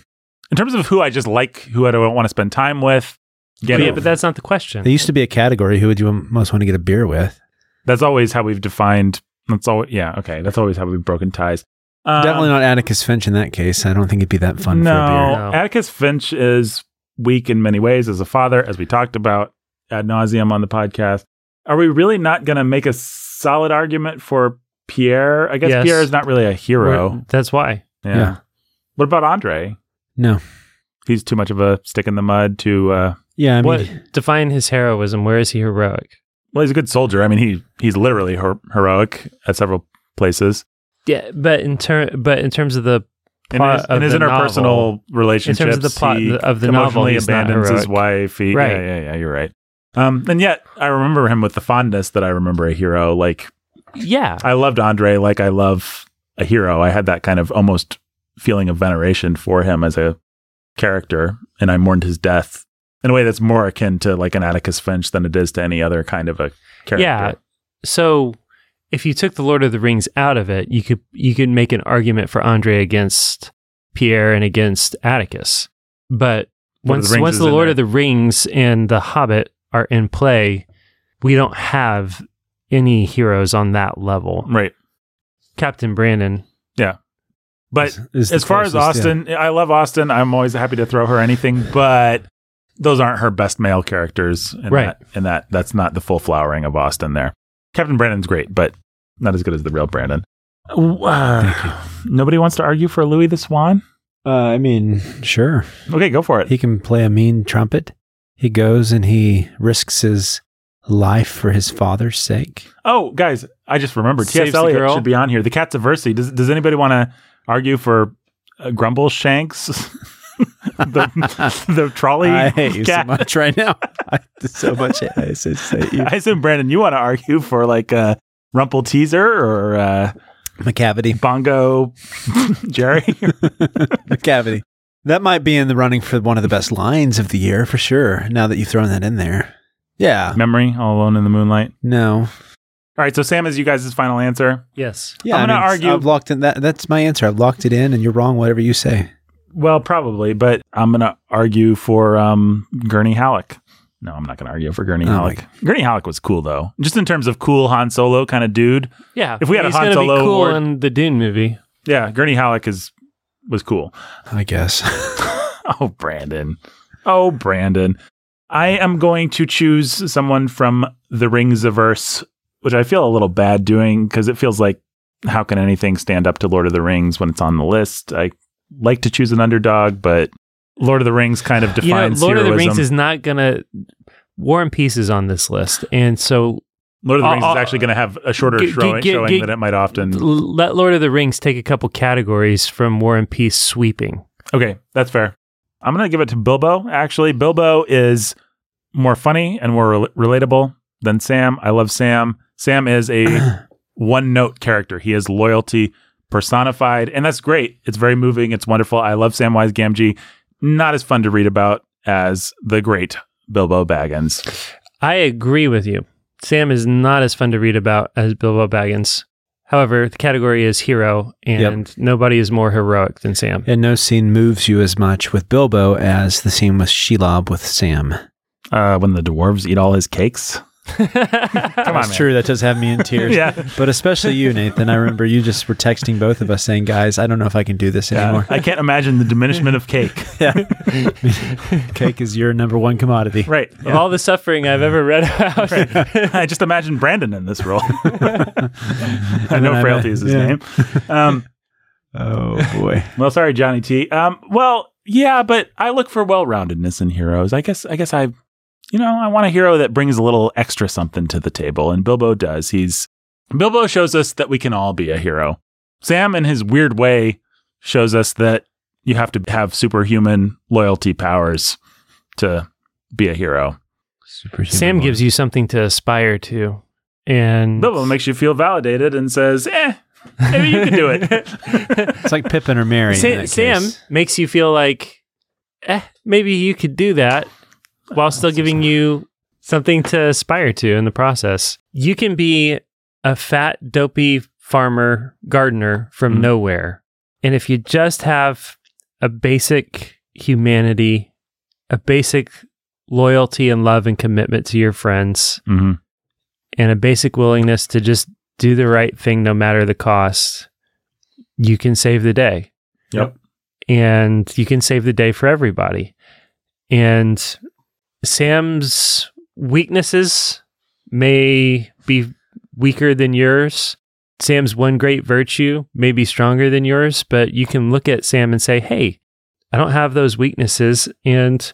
Speaker 1: In terms of who I just like, who I don't want to spend time with,
Speaker 3: Yeah,
Speaker 1: Gandalf.
Speaker 3: but that's not the question.
Speaker 2: There used to be a category. Who would you most want to get a beer with?
Speaker 1: that's always how we've defined. That's always yeah. Okay, that's always how we've broken ties. Um,
Speaker 2: Definitely not Atticus Finch in that case. I don't think it'd be that fun
Speaker 1: no,
Speaker 2: for a beer.
Speaker 3: No.
Speaker 1: Atticus Finch is weak in many ways as a father, as we talked about ad nauseum on the podcast. Are we really not going to make a solid argument for Pierre? I guess
Speaker 3: Yes.
Speaker 1: Pierre is not really a hero.
Speaker 3: We're- That's why.
Speaker 1: Yeah.
Speaker 2: Yeah.
Speaker 1: What about Andre?
Speaker 2: No.
Speaker 1: He's too much of a stick in the mud to. Uh,
Speaker 2: Yeah, I mean,
Speaker 3: what define his heroism? Where is he heroic?
Speaker 1: well, he's a good soldier. I mean, he he's literally her- heroic at several places.
Speaker 3: Yeah, but in ter- but in terms of the
Speaker 1: In his,
Speaker 3: plot of
Speaker 1: in his
Speaker 3: the novel,
Speaker 1: interpersonal
Speaker 3: in
Speaker 1: relationships,
Speaker 3: terms of the plot
Speaker 1: he
Speaker 3: of the novel,
Speaker 1: emotionally
Speaker 3: he's not
Speaker 1: abandons his
Speaker 3: heroic.
Speaker 1: wife. He,
Speaker 3: Right.
Speaker 1: Yeah, yeah, yeah. You're right. Um, and yet, I remember him with the fondness that I remember a hero. Like
Speaker 3: Yeah,
Speaker 1: I loved Andre, like I love a hero. I had that kind of almost feeling of veneration for him as a character, and I mourned his death in a way that's more akin to like an Atticus Finch than it is to any other kind of a character.
Speaker 3: yeah. So if you took the Lord of the Rings out of it, you could you could make an argument for Andre against Pierre and against Atticus. But
Speaker 1: Lord of
Speaker 3: once
Speaker 1: the Rings
Speaker 3: once
Speaker 1: is
Speaker 3: the
Speaker 1: in
Speaker 3: Lord
Speaker 1: there.
Speaker 3: of the Rings and the Hobbit are in play, we don't have any heroes on that level.
Speaker 1: right.
Speaker 3: Captain Brandon.
Speaker 1: But
Speaker 2: is- is the
Speaker 1: as far as
Speaker 2: closest, yeah.
Speaker 1: Austin, I love Austin. I'm always happy to throw her anything, but those aren't her best male characters. And
Speaker 3: Right.
Speaker 1: That, and that that's not the full flowering of Austin there. Captain Brandon's great, but not as good as the real Brandon. Nobody wants to argue for Louis the Swan?
Speaker 2: Uh, I mean, sure.
Speaker 1: Okay, go for it.
Speaker 2: He can play a mean trumpet. He goes and he risks his life for his father's sake.
Speaker 1: oh, guys, I just remembered. T.S.
Speaker 3: Saves the
Speaker 1: Eliot
Speaker 3: girl.
Speaker 1: should be on here. The Cats of Versi. Does, does anybody want to argue for uh, Grumble Shanks? the, the trolley
Speaker 2: I hate you so
Speaker 1: cat?
Speaker 2: much right now. I so much I just hate you.
Speaker 1: I assume Brandon, you want to argue for like uh, Rumple Teaser or uh,
Speaker 2: McCavity.
Speaker 1: Bongo Jerry?
Speaker 2: McCavity. That might be in the running for one of the best lines of the year for sure, now that you've thrown that in there. Yeah.
Speaker 1: Memory, all alone in the moonlight.
Speaker 2: No.
Speaker 1: All right, so Sam is you guys' final answer.
Speaker 3: Yes.
Speaker 2: Yeah.
Speaker 1: I'm gonna
Speaker 2: it's-
Speaker 1: argue-
Speaker 2: I've locked in that that's my answer. I've locked it in and you're wrong, whatever you say.
Speaker 1: Well, probably, but I'm gonna argue for um, Gurney Halleck. No, I'm not gonna argue for Gurney
Speaker 2: Oh my
Speaker 1: Halleck. Gurney Halleck was cool though, just in terms of cool Han Solo kind of dude.
Speaker 3: Yeah.
Speaker 1: If we had a
Speaker 3: he's
Speaker 1: Han
Speaker 3: gonna
Speaker 1: Solo
Speaker 3: be cool
Speaker 1: award-
Speaker 3: in the Dune movie.
Speaker 1: Yeah, Gurney Halleck is was cool.
Speaker 2: I guess.
Speaker 1: Oh, Brandon. Oh, Brandon. I am going to choose someone from the Rings Averse, which I feel a little bad doing because it feels like how can anything stand up to Lord of the Rings when it's on the list? I like to choose an underdog, but Lord of the Rings kind of
Speaker 3: you know,
Speaker 1: defines
Speaker 3: Lord of the
Speaker 1: heroism.
Speaker 3: Rings is not gonna. War and Peace is on this list, and so
Speaker 1: Lord of the
Speaker 3: I'll-
Speaker 1: Rings is
Speaker 3: I'll-
Speaker 1: actually going to have a shorter
Speaker 3: G- g-
Speaker 1: showing,
Speaker 3: g-
Speaker 1: showing
Speaker 3: g-
Speaker 1: than it might often.
Speaker 3: L- Let Lord of the Rings take a couple categories from War and Peace sweeping.
Speaker 1: Okay, that's fair. I'm going to give it to Bilbo, actually. Bilbo is more funny and more rel- relatable than Sam. I love Sam. Sam is a one note character, he is loyalty personified, and that's great. It's very moving. It's wonderful. I love Samwise Gamgee. Not as fun to read about as the great Bilbo Baggins.
Speaker 3: I agree with you. Sam is not as fun to read about as Bilbo Baggins. However, the category is hero, and nobody is more heroic than Sam.
Speaker 2: And no scene moves you as much with Bilbo as the scene with Shelob with Sam.
Speaker 1: Uh, when the dwarves eat all his cakes. Come on,
Speaker 2: That's true. That does have me in tears.
Speaker 1: Yeah.
Speaker 2: But especially you, Nathan. I remember you just were texting both of us saying, guys, I don't know if I can do this
Speaker 1: Yeah.
Speaker 2: anymore.
Speaker 1: I can't imagine the diminishment of cake.
Speaker 2: Cake is your number one commodity.
Speaker 1: Right.
Speaker 3: Of all the suffering I've ever read about,
Speaker 1: I just imagine Brandon in this role. I
Speaker 2: then
Speaker 1: know
Speaker 2: I-
Speaker 1: Frailty is his
Speaker 2: yeah.
Speaker 1: name. Um,
Speaker 2: Oh, boy.
Speaker 1: well, sorry, Johnny T. Um, well, yeah, but I look for well-roundedness in heroes. I guess. I guess I, you know, I want a hero that brings a little extra something to the table, and Bilbo does. He's Bilbo shows us that we can all be a hero. Sam, in his weird way, shows us that you have to have superhuman loyalty powers to be a hero.
Speaker 3: Sam gives you something to aspire to, and
Speaker 1: Bilbo makes you feel validated and says, "Eh, maybe you can do it."
Speaker 2: It's like Pippin or Mary. in
Speaker 3: Sa-
Speaker 2: that
Speaker 3: Sam
Speaker 2: case.
Speaker 3: makes you feel like, eh, maybe you could do that while still giving you something to aspire to in the process. You can be a fat, dopey farmer gardener from
Speaker 2: Mm-hmm.
Speaker 1: Mhm.
Speaker 3: nowhere. And if you just have a basic humanity, a basic loyalty and love and commitment to your friends,
Speaker 1: mm-hmm.
Speaker 3: and a basic willingness to just do the right thing no matter the cost, you can save the day
Speaker 1: Yep.
Speaker 3: and you can save the day for everybody. And Sam's weaknesses may be weaker than yours. Sam's one great virtue may be stronger than yours, but you can look at Sam and say, hey, I don't have those weaknesses. And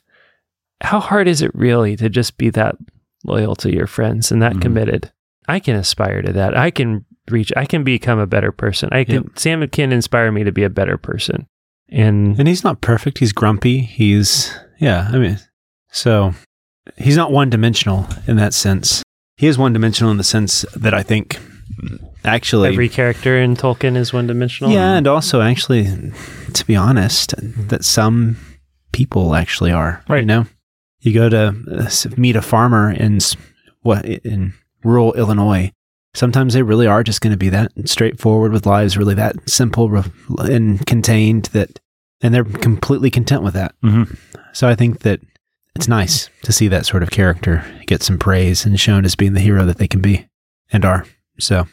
Speaker 3: how hard is it really to just be that loyal to your friends and that
Speaker 1: Mhm.
Speaker 3: committed? I can aspire to that. I can reach, I can become a better person. I can, Sam can inspire me to be a better person and
Speaker 2: And he's not perfect. He's grumpy. He's, yeah, I mean, so he's not one dimensional in that sense. He is one dimensional in the sense that I think actually.
Speaker 3: every character in Tolkien is one dimensional.
Speaker 2: yeah, and also actually, to be honest, that some people actually are. You
Speaker 1: Right.
Speaker 2: know, you go to uh, s- meet a farmer in s- what in rural Illinois. Sometimes they really are just going to be that straightforward with lives, really that simple re- and contained that, and they're completely content with that.
Speaker 1: Mhm.
Speaker 2: So I think that it's nice to see that sort of character get some praise and shown as being the hero that they can be and are. So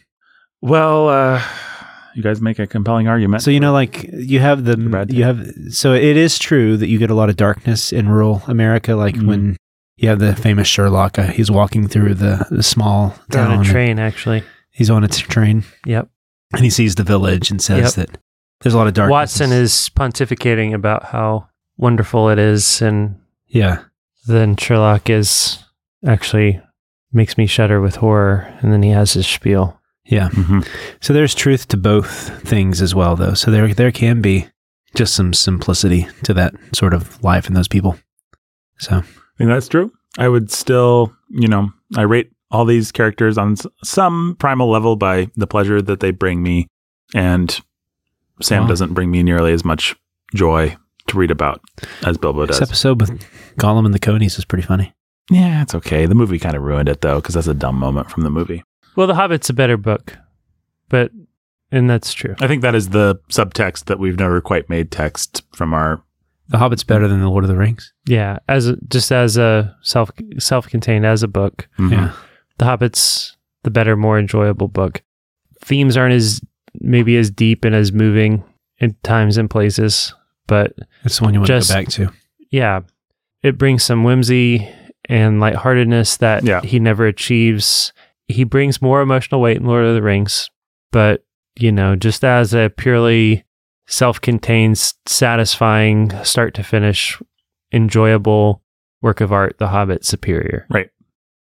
Speaker 1: Well, uh, you guys make a compelling argument.
Speaker 2: So you know, like you have the
Speaker 1: Brad
Speaker 2: you have. So it is true that you get a lot of darkness in rural America, like
Speaker 3: Mm-hmm.
Speaker 1: Mhm.
Speaker 2: when you have the famous Sherlock. Uh, he's walking through the, the small
Speaker 3: They're
Speaker 2: town.
Speaker 3: on a
Speaker 2: and
Speaker 3: train actually.
Speaker 2: He's on a t- train
Speaker 3: Yep.
Speaker 2: and he sees the village and says that there's a lot of darkness.
Speaker 3: Watson is pontificating about how wonderful it is, and
Speaker 2: yeah,
Speaker 3: then Sherlock is actually makes me shudder with horror, and then he has his spiel.
Speaker 2: yeah.
Speaker 1: Mhm.
Speaker 2: So there's truth to both things as well, though. So there there can be just some simplicity to that sort of life in those people. So
Speaker 1: I mean, that's true. I would still, you know, I rate all these characters on s- some primal level by the pleasure that they bring me, and Sam
Speaker 2: Wow.
Speaker 1: doesn't bring me nearly as much joy to read about as
Speaker 3: Oh,
Speaker 1: Bilbo
Speaker 2: this
Speaker 1: does.
Speaker 2: episode with Gollum and the Conies is pretty funny.
Speaker 1: yeah, it's okay. The movie kind of ruined it though, because that's a dumb moment from the movie.
Speaker 3: Well, The Hobbit's a better book, but and that's true.
Speaker 1: I think that is the subtext that we've never quite made text from our.
Speaker 2: The Hobbit's better than the Lord of the Rings.
Speaker 3: Yeah, as a, just as a self self contained as a book,
Speaker 1: Mhm.
Speaker 2: Yeah.
Speaker 3: The Hobbit's the better, more enjoyable book. Themes aren't as maybe as deep and as moving in times and places, but
Speaker 2: It's the one you want
Speaker 3: Just-
Speaker 2: to go back to.
Speaker 3: yeah, it brings some whimsy and lightheartedness that
Speaker 1: Yeah.
Speaker 3: he never achieves. He brings more emotional weight in Lord of the Rings, but you know, just as a purely self-contained, s- satisfying, start to finish, enjoyable work of art, The Hobbit superior.
Speaker 1: Lord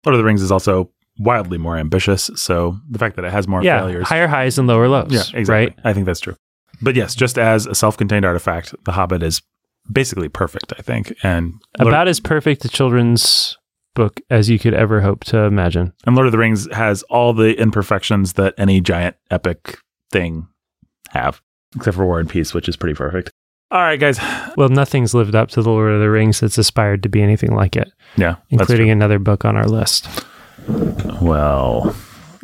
Speaker 1: of the Rings is also wildly more ambitious. So the fact that it has more
Speaker 3: yeah,
Speaker 1: failures.
Speaker 3: higher highs and lower lows.
Speaker 1: yeah, exactly.
Speaker 3: Right.
Speaker 1: I think that's true. But yes, just as a self contained artifact, The Hobbit is basically perfect, I think. And Lord,
Speaker 3: About as perfect a children's book as you could ever hope to imagine.
Speaker 1: and Lord of the Rings has all the imperfections that any giant epic thing have, except for War and Peace, which is pretty perfect. All right, guys.
Speaker 3: Well, nothing's lived up to the Lord of the Rings that's aspired to be anything like it,
Speaker 1: Yeah. that's true.
Speaker 3: including another book on our list.
Speaker 1: Well,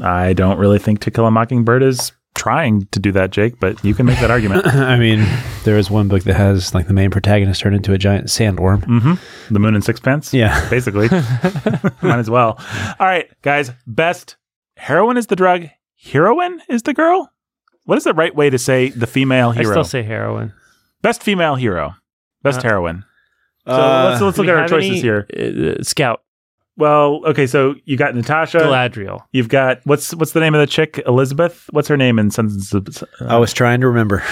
Speaker 1: I don't really think To Kill a Mockingbird is trying to do that, Jake, but you can make that argument.
Speaker 2: I mean, there is one book that has like the main protagonist turned into a giant sandworm.
Speaker 1: hmm The Moon and Sixpence?
Speaker 2: Yeah.
Speaker 1: Basically. Might as well. All right, guys. Best heroine is the drug, heroine is the girl? What is the right way to say the female
Speaker 3: I
Speaker 1: hero?
Speaker 3: still say heroin.
Speaker 1: Best female hero. Best
Speaker 3: Uh,
Speaker 1: heroine. So
Speaker 2: Uh,
Speaker 1: let's, let's look
Speaker 3: Do
Speaker 1: at
Speaker 3: we
Speaker 1: our
Speaker 3: have
Speaker 1: choices
Speaker 3: any-
Speaker 1: here.
Speaker 3: uh, Scout,
Speaker 1: Well, okay, so you got Natasha.
Speaker 3: Galadriel.
Speaker 1: You've got what's what's the name of the chick? Elizabeth. What's her name in Sons of
Speaker 2: I was trying to remember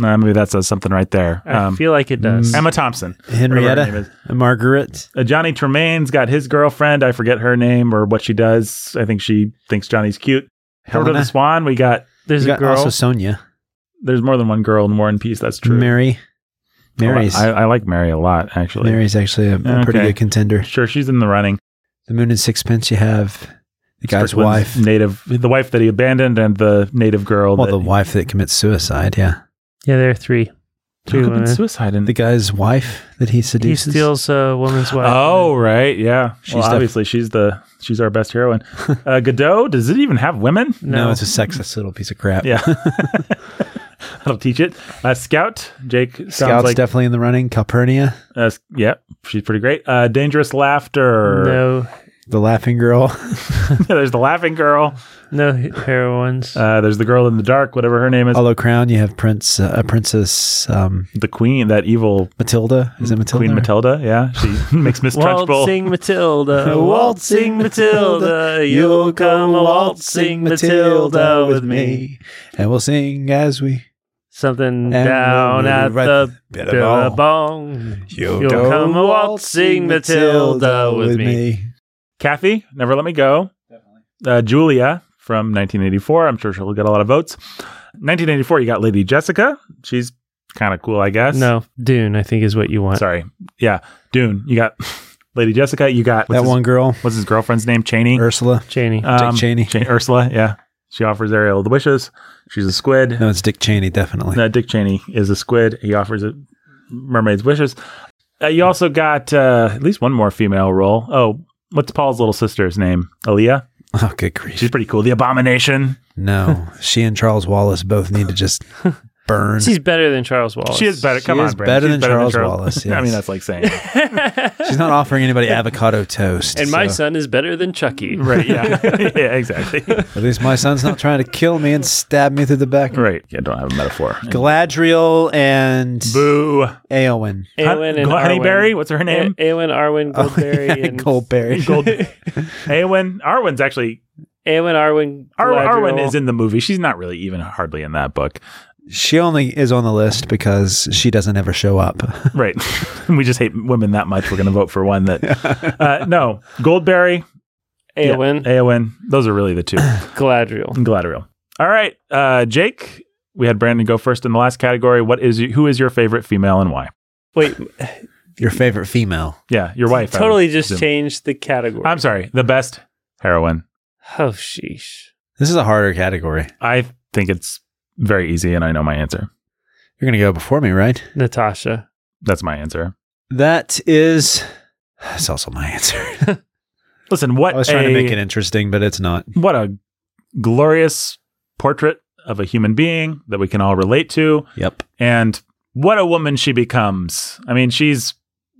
Speaker 1: Uh, maybe that says something right there. Um,
Speaker 3: I feel like it does.
Speaker 1: Emma Thompson. Whatever her
Speaker 2: Henrietta,
Speaker 1: name is.
Speaker 2: Margaret.
Speaker 1: Uh, Johnny Tremaine's got his girlfriend. I forget her name or what she does. I think she thinks Johnny's cute. Herbert of the
Speaker 2: Helena.
Speaker 1: Swan. We got.
Speaker 3: There's
Speaker 2: You
Speaker 3: a
Speaker 2: got
Speaker 3: girl.
Speaker 2: also Sonia,
Speaker 1: There's more than one girl in War and Peace. That's true. Oh,
Speaker 2: Mary. Mary's
Speaker 1: I, I like Mary a lot, actually.
Speaker 2: Mary's actually a, a pretty
Speaker 1: Okay.
Speaker 2: good contender.
Speaker 1: Sure, she's in the running.
Speaker 2: The Moon and Sixpence. You have the guy's
Speaker 1: Strickland's
Speaker 2: wife.
Speaker 1: native, the wife that he abandoned, and the native girl.
Speaker 2: Well,
Speaker 1: that
Speaker 2: the wife that commits suicide. Yeah,
Speaker 3: yeah, there are three.
Speaker 1: Talk
Speaker 3: Two
Speaker 1: about
Speaker 3: women.
Speaker 1: suicide. And
Speaker 2: the guy's wife that he
Speaker 3: He
Speaker 2: seduces.
Speaker 3: steals a woman's wife.
Speaker 1: oh, right, yeah.
Speaker 2: She's
Speaker 1: well,
Speaker 2: def-
Speaker 1: obviously she's the she's our best heroine. Uh, Godot. Does it even have women?
Speaker 2: no.
Speaker 3: no.
Speaker 2: it's a sexist little piece of crap.
Speaker 1: Yeah. That'll teach it. Uh, Scout, Jake sounds
Speaker 2: Scout's
Speaker 1: like,
Speaker 2: definitely in the running. Calpurnia,
Speaker 1: uh, yeah, she's pretty great. Uh, Dangerous Laughter.
Speaker 3: no,
Speaker 2: the laughing girl.
Speaker 1: there's the laughing girl.
Speaker 3: no heroines.
Speaker 1: Uh, there's the girl in the dark, whatever her name is.
Speaker 2: Hollow Crown. You have Prince, uh, uh, Princess um,
Speaker 1: the queen, that evil
Speaker 2: Matilda. Is it Matilda?
Speaker 1: Mm, Queen Matilda. Yeah, she makes Miss Trunchbull.
Speaker 3: Waltzing Matilda, waltzing Matilda, you'll come waltzing Matilda with me.
Speaker 2: and we'll sing as we
Speaker 3: Something
Speaker 2: and
Speaker 3: down
Speaker 2: we'll
Speaker 3: at
Speaker 2: write
Speaker 3: the
Speaker 2: Billabong.
Speaker 3: billabong.
Speaker 2: You'll,
Speaker 3: You'll
Speaker 2: go
Speaker 3: come waltzing Matilda with me.
Speaker 1: Kathy, never let me go. Uh, Julia from 1984. I'm sure she'll get a lot of votes. 1984. You got Lady Jessica. She's kind of cool, I guess.
Speaker 3: No, Dune, I think is what you want.
Speaker 1: sorry. Yeah, Dune. You got Lady Jessica. You got what's
Speaker 2: That
Speaker 1: his-
Speaker 2: one girl,
Speaker 1: What's his girlfriend's name? Cheney.
Speaker 2: Ursula.
Speaker 3: Janie.
Speaker 1: Um,
Speaker 2: Cheney.
Speaker 1: Chan- Ursula, yeah. She offers Ariel the wishes. She's a squid.
Speaker 2: No, it's Dick Cheney, definitely.
Speaker 1: No, Dick Cheney is a squid. He offers a mermaid's wishes. Uh, you also got uh, at least one more female role. Oh, what's Paul's little sister's name? Aaliyah.
Speaker 2: Oh, good grief.
Speaker 1: She's pretty cool. The Abomination.
Speaker 2: no, she and Charles Wallace both need to just burn.
Speaker 3: She's better than Charles Wallace.
Speaker 1: She is better.
Speaker 2: Oh, She
Speaker 1: Come
Speaker 2: is
Speaker 1: on, Brandon.
Speaker 2: better
Speaker 1: She's
Speaker 2: than Charles Wallace,
Speaker 1: I mean,
Speaker 2: yes.
Speaker 1: that's like saying,
Speaker 2: She's not offering anybody avocado toast.
Speaker 3: and my
Speaker 2: so-
Speaker 3: son is better than Chucky.
Speaker 1: right? Yeah, yeah, exactly.
Speaker 2: At least my son's not trying to kill me and stab me through the back.
Speaker 1: Right. Yeah, don't have a metaphor.
Speaker 2: Galadriel and
Speaker 1: Boo.
Speaker 2: Eowyn.
Speaker 3: Awen and Arwen.
Speaker 1: Honeyberry. What's her name?
Speaker 3: A- Awen, Arwen,
Speaker 2: Oh,
Speaker 3: Goldberry,
Speaker 2: yeah,
Speaker 3: and
Speaker 2: Goldberry.
Speaker 1: Gold. Awen. Arwen's actually
Speaker 3: Awen, Arwen,
Speaker 1: Ar-
Speaker 3: Galadriel.
Speaker 1: Arwen is in the movie. She's not really even hardly in that book.
Speaker 2: She only is on the list because she doesn't ever show up.
Speaker 1: Right. we just hate women that much. We're going to vote for one that. Uh, no, Goldberry, Yeah.
Speaker 3: Awen,
Speaker 1: Aowen. Those are really the two.
Speaker 3: Galadriel.
Speaker 1: And Galadriel. All right. Uh, Jake, we had Brandon go first in the last category. What is you, Who is your favorite female and why?
Speaker 3: Wait,
Speaker 2: Your favorite female.
Speaker 1: Yeah, your wife. I would
Speaker 3: totally just
Speaker 1: presume.
Speaker 3: changed the category.
Speaker 1: I'm sorry. The best heroine.
Speaker 3: Oh, sheesh.
Speaker 2: This is a harder category.
Speaker 1: I think it's very easy and I know my answer.
Speaker 2: You're going to go before me, right?
Speaker 3: Natasha.
Speaker 1: That's my answer.
Speaker 2: That is. That's also my answer.
Speaker 1: Listen,
Speaker 2: I
Speaker 1: what
Speaker 2: was trying
Speaker 1: a,
Speaker 2: to make it interesting, but it's not.
Speaker 1: what a glorious portrait of a human being that we can all relate to.
Speaker 2: Yep.
Speaker 1: and what a woman she becomes. I mean, she's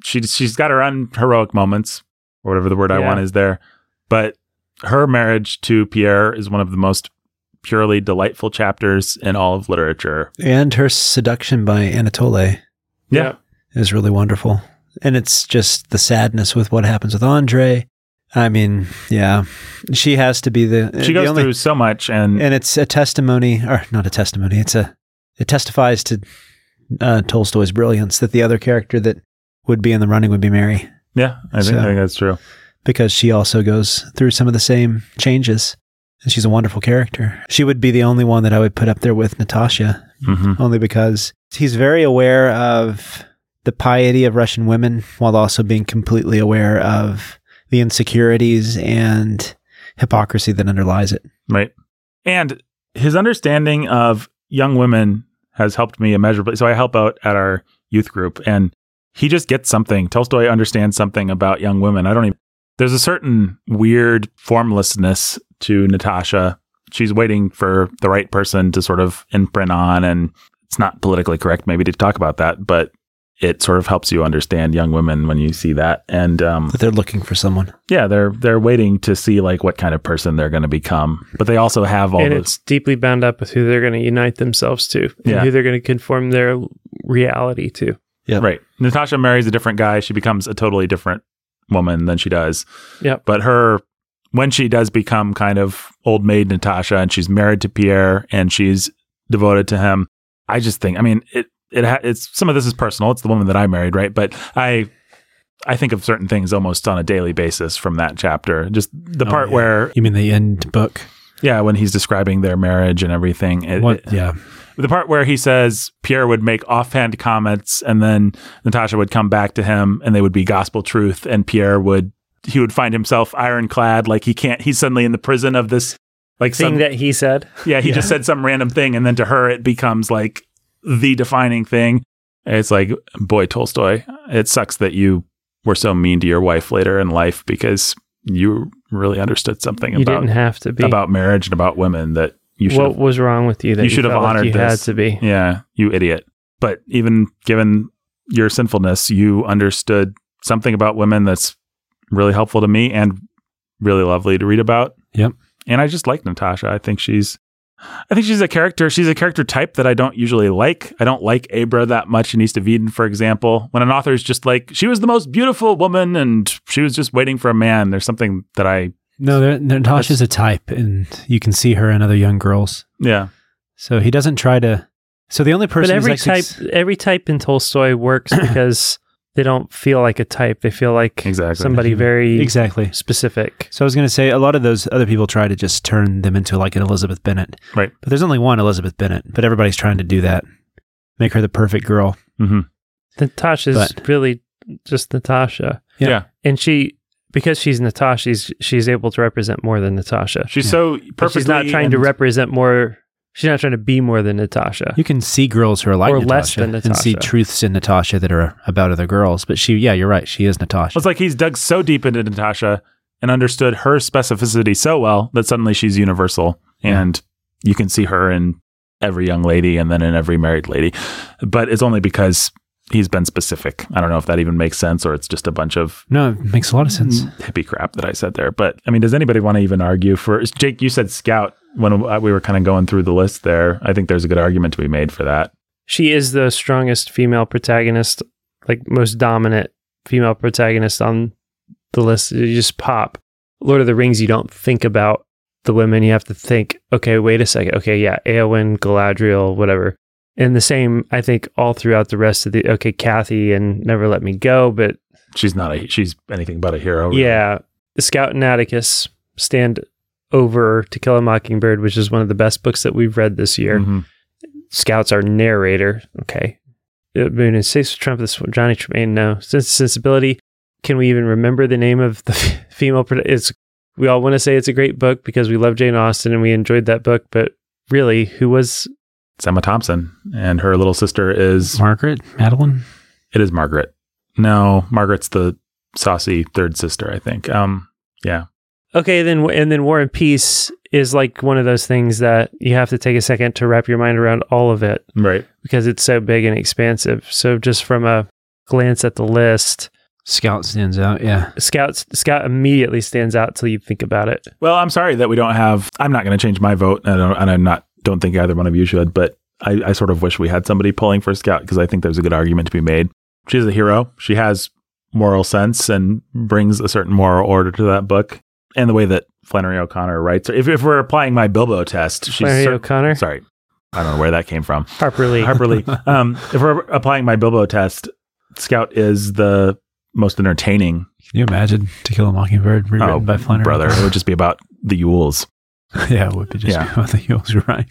Speaker 1: she she's got her unheroic moments or whatever the word I
Speaker 3: Yeah.
Speaker 1: want is there, but her marriage to Pierre is one of the most purely delightful chapters in all of literature.
Speaker 2: And her seduction by Anatole
Speaker 1: Yeah.
Speaker 2: is really wonderful. And it's just the sadness with what happens with Andre. I mean, yeah, she has to be the.
Speaker 1: She
Speaker 2: the
Speaker 1: goes
Speaker 2: only-
Speaker 1: through so much, and
Speaker 2: and it's a testimony or not a testimony it's a it testifies to uh, tolstoy's brilliance that the other character that would be in the running would be mary
Speaker 1: yeah, I think,
Speaker 2: So-
Speaker 1: I think that's true.
Speaker 2: because she also goes through some of the same changes. And she's a wonderful character. She would be the only one that I would put up there with Natasha,
Speaker 1: Mm-hmm.
Speaker 2: only because he's very aware of the piety of Russian women while also being completely aware of the insecurities and hypocrisy that underlies it.
Speaker 1: Right. And his understanding of young women has helped me immeasurably. So I help out at our youth group and he just gets something. Tolstoy understands something about young women. I don't even, there's a certain weird formlessness to Natasha. She's waiting for the right person to sort of imprint on. And it's not politically correct maybe to talk about that, but it sort of helps you understand young women when you see that. And, um,
Speaker 2: That they're looking for someone.
Speaker 1: yeah, they're, they're waiting to see like what kind of person they're going to become, but they also have all
Speaker 3: and
Speaker 1: those
Speaker 3: it's deeply bound up with who they're going to unite themselves to and
Speaker 1: Yeah.
Speaker 3: who they're going to conform their reality to.
Speaker 2: Yep.
Speaker 1: Right. Natasha marries a different guy. She becomes a totally different woman than she does.
Speaker 3: Yep.
Speaker 1: But her, when she does become kind of old maid Natasha and she's married to Pierre and she's devoted to him, I just think, I mean, it, it, ha- it's some of this is personal. It's the woman that I married, right? But I, I think of certain things almost on a daily basis from that chapter. Just the
Speaker 2: Oh,
Speaker 1: part
Speaker 2: yeah.
Speaker 1: where,
Speaker 2: You mean the end book?
Speaker 1: yeah, when he's describing their marriage and everything. It,
Speaker 2: What?
Speaker 1: it-
Speaker 2: yeah.
Speaker 1: the part where he says Pierre would make offhand comments and then Natasha would come back to him and they would be gospel truth and Pierre would he would find himself ironclad like he can't he's suddenly in the prison of this like
Speaker 3: Thing
Speaker 1: some,
Speaker 3: that he said.
Speaker 1: yeah he just said some random thing and then to her it becomes like the defining thing And it's like boy Tolstoy it sucks that you were so mean to your wife later in life because you really understood something
Speaker 3: You
Speaker 1: about
Speaker 3: didn't have to be.
Speaker 1: about marriage and about women that you should
Speaker 3: what was wrong with you that
Speaker 1: you
Speaker 3: you,
Speaker 1: should have
Speaker 3: felt like
Speaker 1: honored
Speaker 3: you
Speaker 1: this.
Speaker 3: had to be.
Speaker 1: Yeah, you idiot. But even given your sinfulness, you understood something about women that's really helpful to me and really lovely to read about.
Speaker 2: Yep.
Speaker 1: And I just like Natasha. I think she's I think she's a character. She's a character type that I don't usually like. I don't like Abra that much in East of Eden, for example. When an author is just like, she was the most beautiful woman and she was just waiting for a man, there's something that I,
Speaker 2: No, they're- Natasha's a type, and you can see her in other young girls.
Speaker 1: yeah,
Speaker 2: So he doesn't try to. So the only person
Speaker 3: But
Speaker 2: who's
Speaker 3: every
Speaker 2: like suc-
Speaker 3: type, every type in Tolstoy works because they don't feel like a type. They feel like
Speaker 1: exactly.
Speaker 3: somebody very
Speaker 2: exactly.
Speaker 3: specific.
Speaker 2: So I was going to say a lot of those other people try to just turn them into like an Elizabeth Bennett,
Speaker 1: Right.
Speaker 2: But there's only one Elizabeth Bennett, but everybody's trying to do that, make her the perfect girl.
Speaker 1: Mm-hmm.
Speaker 3: Natasha's
Speaker 2: But-
Speaker 3: really just Natasha.
Speaker 2: Yeah.
Speaker 1: Yeah.
Speaker 3: And she, because she's Natasha, she's, she's able to represent more than Natasha.
Speaker 1: She's
Speaker 2: Yeah.
Speaker 1: so
Speaker 3: But
Speaker 1: perfect.
Speaker 3: she's not trying to represent more. She's not trying to be more than Natasha.
Speaker 2: You can see girls who are like
Speaker 3: Or
Speaker 2: Natasha,
Speaker 3: less than
Speaker 2: and see
Speaker 3: Natasha.
Speaker 2: truths in Natasha that are about other girls. But she, yeah, you're right, she is Natasha.
Speaker 1: Well, it's like he's dug so deep into Natasha and understood her specificity so well that suddenly she's universal and you can see her in every young lady and then in every married lady. But it's only because he's been specific. I don't know if that even makes sense or it's just a bunch of
Speaker 2: no, it makes a lot of sense.
Speaker 3: Mm.
Speaker 1: hippie crap that I said there. But I mean, does anybody want to even argue for Jake? You said scout when uh, we were kind of going through the list there. I think there's a good argument to be made for that.
Speaker 3: she is the strongest female protagonist, like most dominant female protagonist on the list. You just pop. Lord of the Rings, you don't think about the women. You have to think, okay, wait a second. Okay, yeah, Eowyn, Galadriel, whatever. And the same, I think, all throughout the rest of the, okay, Kathy and Never Let Me Go, but
Speaker 1: She's not a she's anything but a hero. Oh, really.
Speaker 3: yeah, Scout and Atticus stand over To Kill a Mockingbird, which is one of the best books that we've read this year.
Speaker 1: Mhm.
Speaker 3: Scout's our narrator. Okay. Uh, Moon and Six Trump, this one, Johnny Tremaine, no. Sense Sensibility. Can we even remember the name of the female? Pro- it's We all want to say it's a great book because we love Jane Austen and we enjoyed that book, but really, who was
Speaker 1: Emma Thompson and her little sister is
Speaker 2: Margaret, Madeline,
Speaker 1: It is Margaret. No, Margaret's the saucy third sister, I think. Um, yeah.
Speaker 3: okay? Then and then War and Peace is like one of those things that you have to take a second to wrap your mind around all of it.
Speaker 1: Right.
Speaker 3: because it's so big and expansive. So just from a glance at the list,
Speaker 2: Scout stands out. Yeah,
Speaker 3: Scout Scout immediately stands out till you think about it.
Speaker 1: Well, I'm sorry that we don't have. I'm not going to change my vote, and, I don't, and I'm not. Don't think either one of you should. But I, I sort of wish we had somebody pulling for Scout because I think there's a good argument to be made. She's a hero. She has moral sense and brings a certain moral order to that book, and the way that Flannery O'Connor writes. If, if we're applying my Bilbo test, she's
Speaker 3: Larry
Speaker 1: cer-
Speaker 3: O'Connor,
Speaker 1: sorry. I don't know where that came from.
Speaker 3: Harper Lee.
Speaker 1: Harper Lee. Um, if we're applying my Bilbo test, Scout is the most entertaining.
Speaker 2: Can you imagine To Kill a Mockingbird rewritten
Speaker 1: Oh,
Speaker 2: by Flannery?
Speaker 1: brother. It would just be about the Yules.
Speaker 2: yeah, it would be just
Speaker 1: Yeah.
Speaker 2: about the heels. You're right.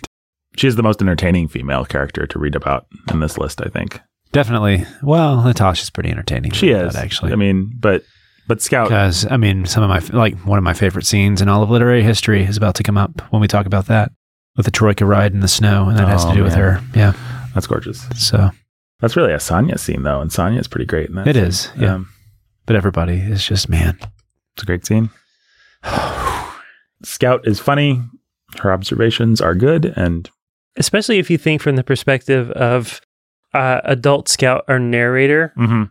Speaker 1: She is the most entertaining female character to read about in this list, I think.
Speaker 2: Definitely. Well, Natasha's pretty entertaining.
Speaker 1: She
Speaker 2: like
Speaker 1: is.
Speaker 2: that, actually.
Speaker 1: I mean, oh. but but Scout
Speaker 2: because I mean, some of my like one of my favorite scenes in all of literary history is about to come up when we talk about that with the troika ride in the snow, and that has to
Speaker 1: Oh,
Speaker 2: do with
Speaker 1: man.
Speaker 2: her. Yeah,
Speaker 1: that's gorgeous.
Speaker 2: so
Speaker 1: That's really a Sonya scene though, and Sonya is pretty great in that.
Speaker 2: it is. Yeah,
Speaker 1: Um,
Speaker 2: but everybody is just man.
Speaker 1: it's a great scene. Scout is funny. Her observations are good and
Speaker 3: especially if you think from the perspective of uh, adult scout or narrator,
Speaker 2: Mm-hmm.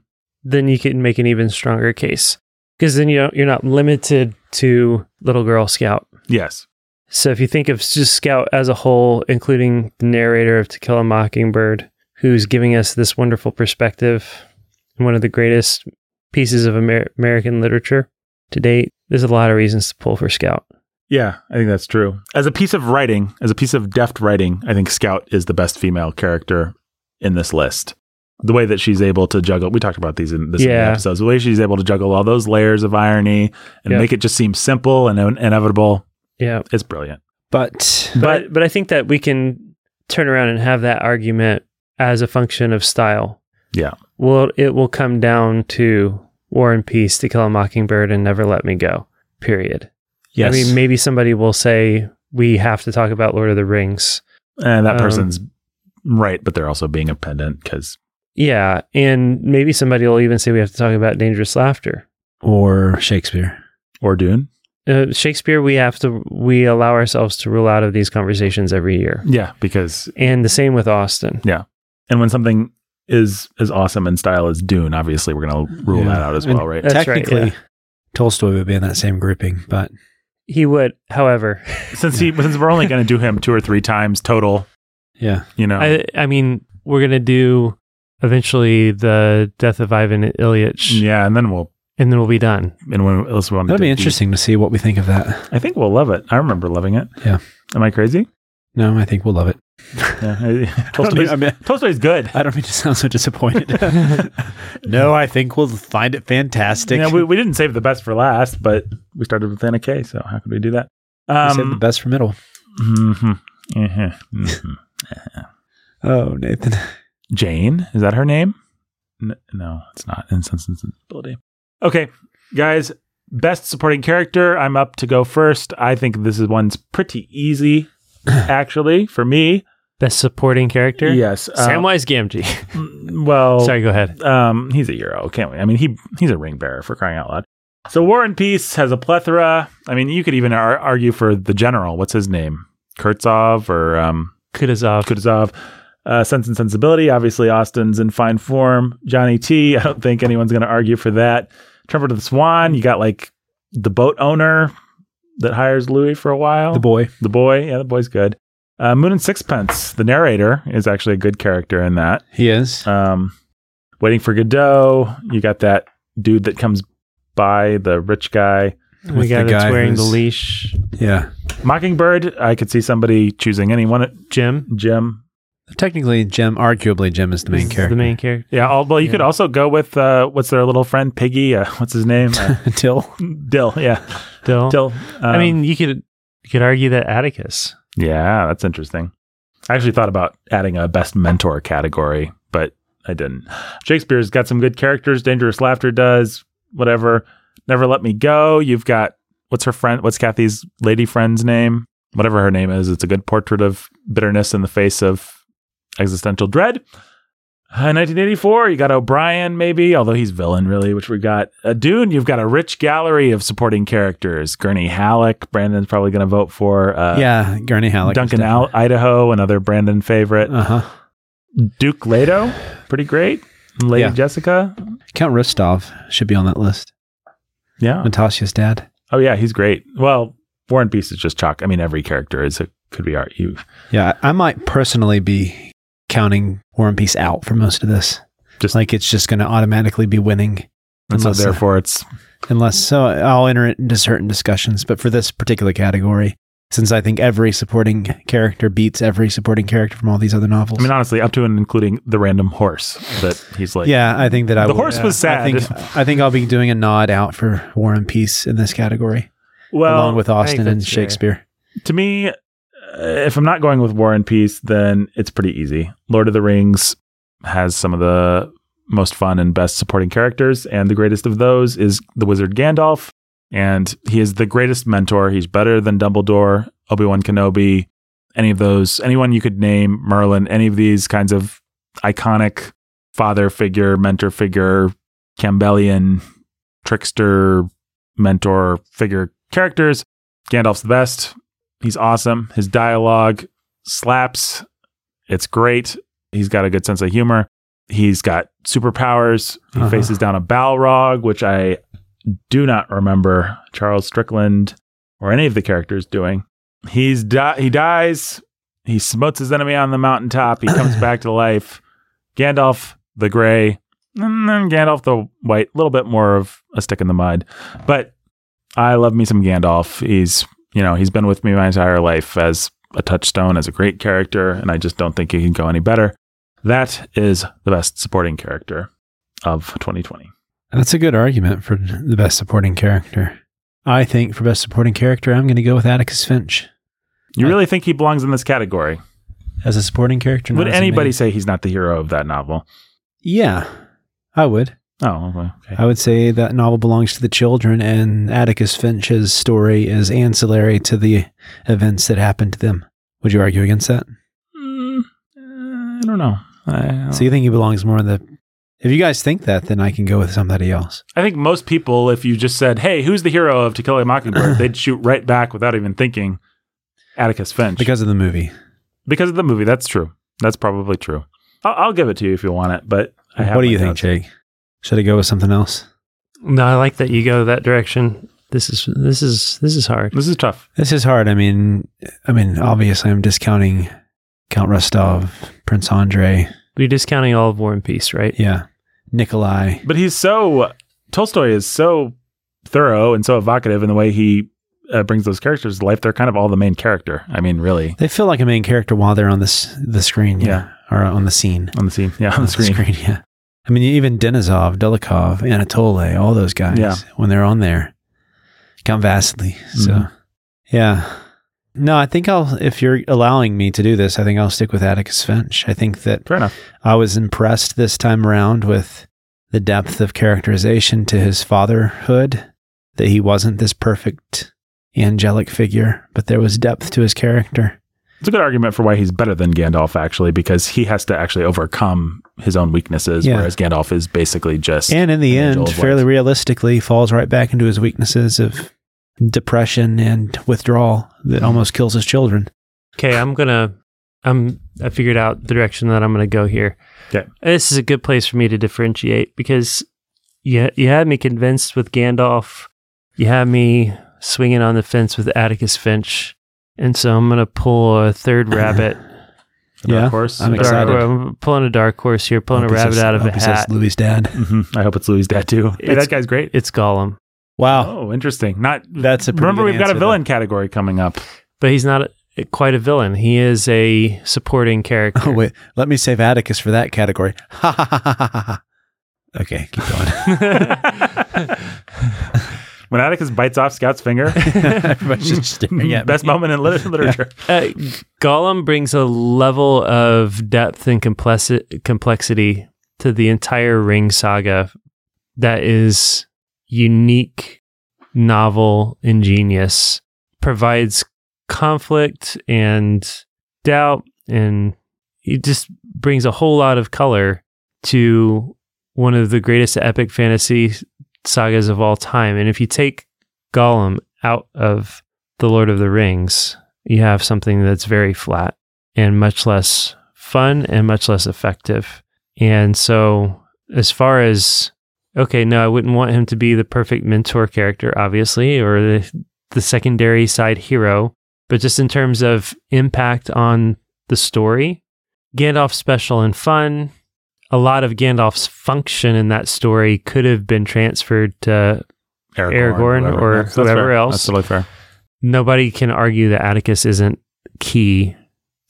Speaker 3: then you can make an even stronger case because then you don't, you're not limited to little girl scout.
Speaker 1: yes.
Speaker 3: So if you think of just scout as a whole, including the narrator of To Kill a Mockingbird, who's giving us this wonderful perspective, and one of the greatest pieces of Amer- American literature to date, there's a lot of reasons to pull for scout.
Speaker 1: Yeah, I think that's true. As a piece of writing, as a piece of deft writing, I think Scout is the best female character in this list. The way that she's able to juggle, we talked about these in this
Speaker 3: Yeah.
Speaker 1: episodes. The way she's able to juggle all those layers of irony and
Speaker 3: Yeah.
Speaker 1: make it just seem simple and in- inevitable
Speaker 3: Yeah.
Speaker 1: is brilliant.
Speaker 2: But
Speaker 1: But-
Speaker 3: but but I think that we can turn around and have that argument as a function of style.
Speaker 1: Yeah.
Speaker 3: Well, it will come down to War and Peace, To Kill a Mockingbird, and Never Let Me Go. Period.
Speaker 1: Yes,
Speaker 3: I mean, maybe somebody will say we have to talk about Lord of the Rings.
Speaker 1: and that
Speaker 3: um,
Speaker 1: person's right, but they're also being a pendant because
Speaker 3: Yeah, and maybe somebody will even say we have to talk about Dangerous Laughter.
Speaker 2: or Shakespeare.
Speaker 1: or Dune.
Speaker 3: Uh, Shakespeare, we have to we allow ourselves to rule out of these conversations every year,
Speaker 1: Yeah, because
Speaker 3: and the same with Austin.
Speaker 1: and when something is as awesome in style as Dune, obviously we're gonna rule
Speaker 2: Yeah.
Speaker 1: that out as
Speaker 2: And- uh,
Speaker 1: well, right?
Speaker 3: That's right,
Speaker 2: Technically,
Speaker 3: yeah.
Speaker 2: Tolstoy would be in that same grouping, but
Speaker 3: He would, however,
Speaker 1: since he, since we're only gonna do him two or three times total,
Speaker 2: yeah,
Speaker 1: you know.
Speaker 3: I I mean, we're gonna do eventually the death of Ivan Ilyich,
Speaker 1: yeah, and then we'll
Speaker 3: and then we'll be done.
Speaker 1: and when else we want to
Speaker 2: that'll be
Speaker 1: dig deep.
Speaker 2: interesting to see what we think of that.
Speaker 1: I think we'll love it. I remember loving it.
Speaker 2: Yeah.
Speaker 1: Am I crazy?
Speaker 2: No, I think we'll love it.
Speaker 1: Yeah. I-
Speaker 2: I don't mean-
Speaker 1: Tolstoy's,
Speaker 2: I mean,
Speaker 1: Tolstoy's good.
Speaker 2: I don't mean to sound so disappointed. no, I think we'll find it fantastic.
Speaker 1: You know, we, we didn't save the best for last, but we started with Anna K. So how could we do that? Um,
Speaker 2: We saved the best for middle.
Speaker 1: mhm, mhm, mhm.
Speaker 2: Oh, Nathan.
Speaker 1: Jane is that her name? N- no, it's not. In Sense and Sensibility. Okay, guys. Best supporting character. I'm up to go first. I think this is one's pretty easy, actually, for me.
Speaker 3: Best supporting character,
Speaker 1: Yes. uh,
Speaker 3: Samwise Gamgee.
Speaker 2: oh,
Speaker 1: well,
Speaker 3: Sorry, go ahead.
Speaker 1: um, he's a hero, can't we? I mean, he he's a ring bearer for crying out loud. So War and Peace has a plethora. I mean, you could even ar- argue for the general. What's his name? Kurtzov or um,
Speaker 3: Kutuzov.
Speaker 1: Kutuzov. Uh, Sense and Sensibility. Obviously, Austin's in fine form. Johnny T. I don't think anyone's going to argue for that. Trevor to the Swan. You got like the boat owner that hires Louis for a while.
Speaker 2: The boy.
Speaker 1: The boy. Yeah, the boy's good. Uh, Moon and Sixpence. The narrator is actually a good character in that.
Speaker 2: He is.
Speaker 1: Um, Waiting for Godot. You got that dude that comes by, the rich guy.
Speaker 3: We
Speaker 2: With
Speaker 3: got
Speaker 2: the
Speaker 3: it's
Speaker 2: guy
Speaker 3: wearing the
Speaker 2: who's-
Speaker 3: leash.
Speaker 2: Yeah.
Speaker 1: Mockingbird. I could see somebody choosing anyone.
Speaker 3: Jim,
Speaker 1: Jim.
Speaker 2: Technically, Jim, arguably, Jim is the main
Speaker 3: is
Speaker 2: character.
Speaker 3: The main character.
Speaker 1: Yeah. All, well, you
Speaker 3: Yeah.
Speaker 1: could also go with uh, what's their little friend Piggy. Uh, what's his name? Uh,
Speaker 2: Till.
Speaker 1: Dill. Yeah.
Speaker 3: Dill.
Speaker 1: Dill.
Speaker 3: I
Speaker 1: Um,
Speaker 3: mean, you could you could argue that Atticus.
Speaker 1: Yeah, that's interesting. I actually thought about adding a best mentor category, but I didn't. Shakespeare's got some good characters. Dangerous Laughter does, whatever. Never Let Me Go. You've got, what's her friend? What's Kathy's lady friend's name? Whatever her name is. It's a good portrait of bitterness in the face of existential dread. Uh, 1984, you got O'Brien, maybe, although he's villain, really, which we got. Uh, Dune, you've got a rich gallery of supporting characters. Gurney Halleck, Brandon's probably going to vote for. Uh,
Speaker 2: yeah, Gurney Halleck.
Speaker 1: Duncan Al- Idaho, another Brandon favorite.
Speaker 2: Uh huh.
Speaker 1: Duke Leto, pretty great. And Lady
Speaker 2: Yeah.
Speaker 1: Jessica.
Speaker 2: Count Rostov should be on that list.
Speaker 1: Yeah.
Speaker 2: Natasha's dad.
Speaker 1: Oh yeah, he's great. Well, War and Peace is just chalk. I mean, every character is a could be art. You
Speaker 2: Yeah, I I might personally be counting War and Peace out for most of this.
Speaker 1: Just-
Speaker 2: like it's just going to automatically be winning,
Speaker 1: and so
Speaker 2: Unless- uh,
Speaker 1: therefore it's
Speaker 2: unless so. I'll enter it into certain discussions, but for this particular category, since I think every supporting character beats every supporting character from all these other novels.
Speaker 1: I mean, honestly, up to and including the random horse that he's like.
Speaker 2: yeah, I think that I
Speaker 1: The
Speaker 2: will-
Speaker 1: horse was sad.
Speaker 2: I think I think I'll be doing a nod out for War and Peace in this category,
Speaker 1: Well,
Speaker 2: along with Austin and
Speaker 3: that's fair.
Speaker 2: Shakespeare.
Speaker 1: to me, uh, if I'm not going with War and Peace, then it's pretty easy. Lord of the Rings has some of the most fun and best supporting characters, and the greatest of those is the wizard Gandalf. And he is the greatest mentor. He's better than Dumbledore, Obi Wan Kenobi, any of those, anyone you could name, Merlin, any of these kinds of iconic father figure, mentor figure, Campbellian, trickster, mentor figure characters. Gandalf's the best. He's awesome. His dialogue slaps. It's great. He's got a good sense of humor. He's got superpowers. He
Speaker 2: Uh-huh.
Speaker 1: faces down a Balrog, which I do not remember Charles Strickland or any of the characters doing. He's di- he dies. He smotes his enemy on the mountaintop. He comes back to life. Gandalf the Grey, and then Gandalf the White, a little bit more of a stick in the mud. But I love me some Gandalf. He's you know, he's been with me my entire life as a touchstone, as a great character, and I just don't think he can go any better. That is the best supporting character of 2020.
Speaker 2: That's a good argument for the best supporting character. I think for best supporting character, I'm going to go with Atticus Finch
Speaker 1: You
Speaker 2: I-
Speaker 1: really think he belongs in this category?
Speaker 2: as a supporting character. not
Speaker 1: Would
Speaker 2: as a
Speaker 1: anybody
Speaker 2: main.
Speaker 1: say he's not the hero of that novel?
Speaker 2: Yeah, I would.
Speaker 1: Oh, okay.
Speaker 2: I would say that novel belongs to the children, and Atticus Finch's story is ancillary to the events that happened to them. Would you argue against that?
Speaker 1: Mm, uh, I don't know. I, uh,
Speaker 2: So you think he belongs more in the? If you guys think that, then I can go with somebody else.
Speaker 1: I think most people, if you just said, "Hey, who's the hero of To Kill a Mockingbird?" they'd shoot right back without even thinking. Atticus Finch,
Speaker 2: Because of the movie.
Speaker 1: because of the movie. That's true. That's probably true. I'll, I'll give it to you if you want it, but I have
Speaker 2: What do
Speaker 1: my
Speaker 2: you think,
Speaker 1: doubts.
Speaker 2: Jake? Should I go with something else?
Speaker 3: No, I like that you go that direction. This is this is this is hard.
Speaker 1: This is tough.
Speaker 2: This is hard. I mean, I mean, obviously, I'm discounting Count Rostov, Prince Andre,
Speaker 3: You're discounting all of War and Peace, right?
Speaker 2: yeah, Nikolai.
Speaker 1: But he's so Tolstoy is so thorough and so evocative in the way he uh, brings those characters to life. They're kind of all the main character. I mean, really
Speaker 2: They feel like a main character while they're on this the screen, yeah, or on the scene,
Speaker 1: on the scene. Yeah, on the screen.
Speaker 2: yeah. I mean, even Denisov, Delikov, Anatole, all those guys,
Speaker 1: Yeah.
Speaker 2: when they're on there, Count Vasily. So,
Speaker 1: Mhm.
Speaker 2: yeah. No, I think I'll. If you're allowing me to do this, I think I'll stick with Atticus Finch. I think that
Speaker 1: Fair enough.
Speaker 2: I was impressed this time around with the depth of characterization to his fatherhood, that he wasn't this perfect angelic figure, but there was depth to his character.
Speaker 1: It's a good argument for why he's better than Gandalf, actually, because he has to actually overcome his own weaknesses,
Speaker 2: Yeah.
Speaker 1: whereas Gandalf is basically just
Speaker 2: And in the
Speaker 1: An angel
Speaker 2: end,
Speaker 1: of light.
Speaker 2: fairly realistically, falls right back into his weaknesses of depression and withdrawal that almost kills his children.
Speaker 3: Okay, I'm gonna. I'm. I figured out the direction that I'm gonna go here.
Speaker 1: Okay.
Speaker 3: This is a good place for me to differentiate because you you had me convinced with Gandalf. You had me swinging on the fence with Atticus Finch, and so I'm gonna pull a third rabbit.
Speaker 1: a dark
Speaker 2: Yeah,
Speaker 1: horse. uh,
Speaker 2: I'm
Speaker 1: A dark
Speaker 3: Dark,
Speaker 2: excited.
Speaker 3: I'm pulling a dark horse here, pulling
Speaker 2: Hope
Speaker 3: a
Speaker 2: he
Speaker 3: rabbit
Speaker 2: says-
Speaker 3: out of a
Speaker 2: hope he says
Speaker 3: hat.
Speaker 2: Louis' dad.
Speaker 1: Mhm. I hope it's Louis' dad too. Hey,
Speaker 3: It's-
Speaker 1: that guy's great.
Speaker 3: It's Gollum,
Speaker 2: Wow,
Speaker 1: Oh, interesting. Not
Speaker 2: that's a pretty
Speaker 1: remember
Speaker 2: good
Speaker 1: we've got a
Speaker 2: answer,
Speaker 1: villain category coming up.
Speaker 3: but he's not a, quite a villain. He is a supporting character.
Speaker 2: though. Oh wait, let me save Atticus for that category. Ha ha ha ha ha. ha. Okay, keep going.
Speaker 1: when Atticus bites off Scout's finger,
Speaker 2: Everybody's just staring at me.
Speaker 1: best moment in lit- literature.
Speaker 3: Uh, Gollum brings a level of depth and complexi- complexity to the entire Ring saga that is unique, novel, ingenious, provides conflict and doubt, and it just brings a whole lot of color to one of the greatest epic fantasy sagas of all time. And if you take Gollum out of The Lord of the Rings, you have something that's very flat and much less fun and much less effective. And so, as far as okay, no, I wouldn't want him to be the perfect mentor character, obviously, or the the secondary side hero, but just in terms of impact on the story, Gandalf's special and fun. A lot of Gandalf's function in that story could have been transferred to Aragorn or
Speaker 1: That's fair.
Speaker 3: whoever else.
Speaker 1: That's totally fair.
Speaker 3: nobody can argue that Atticus isn't key,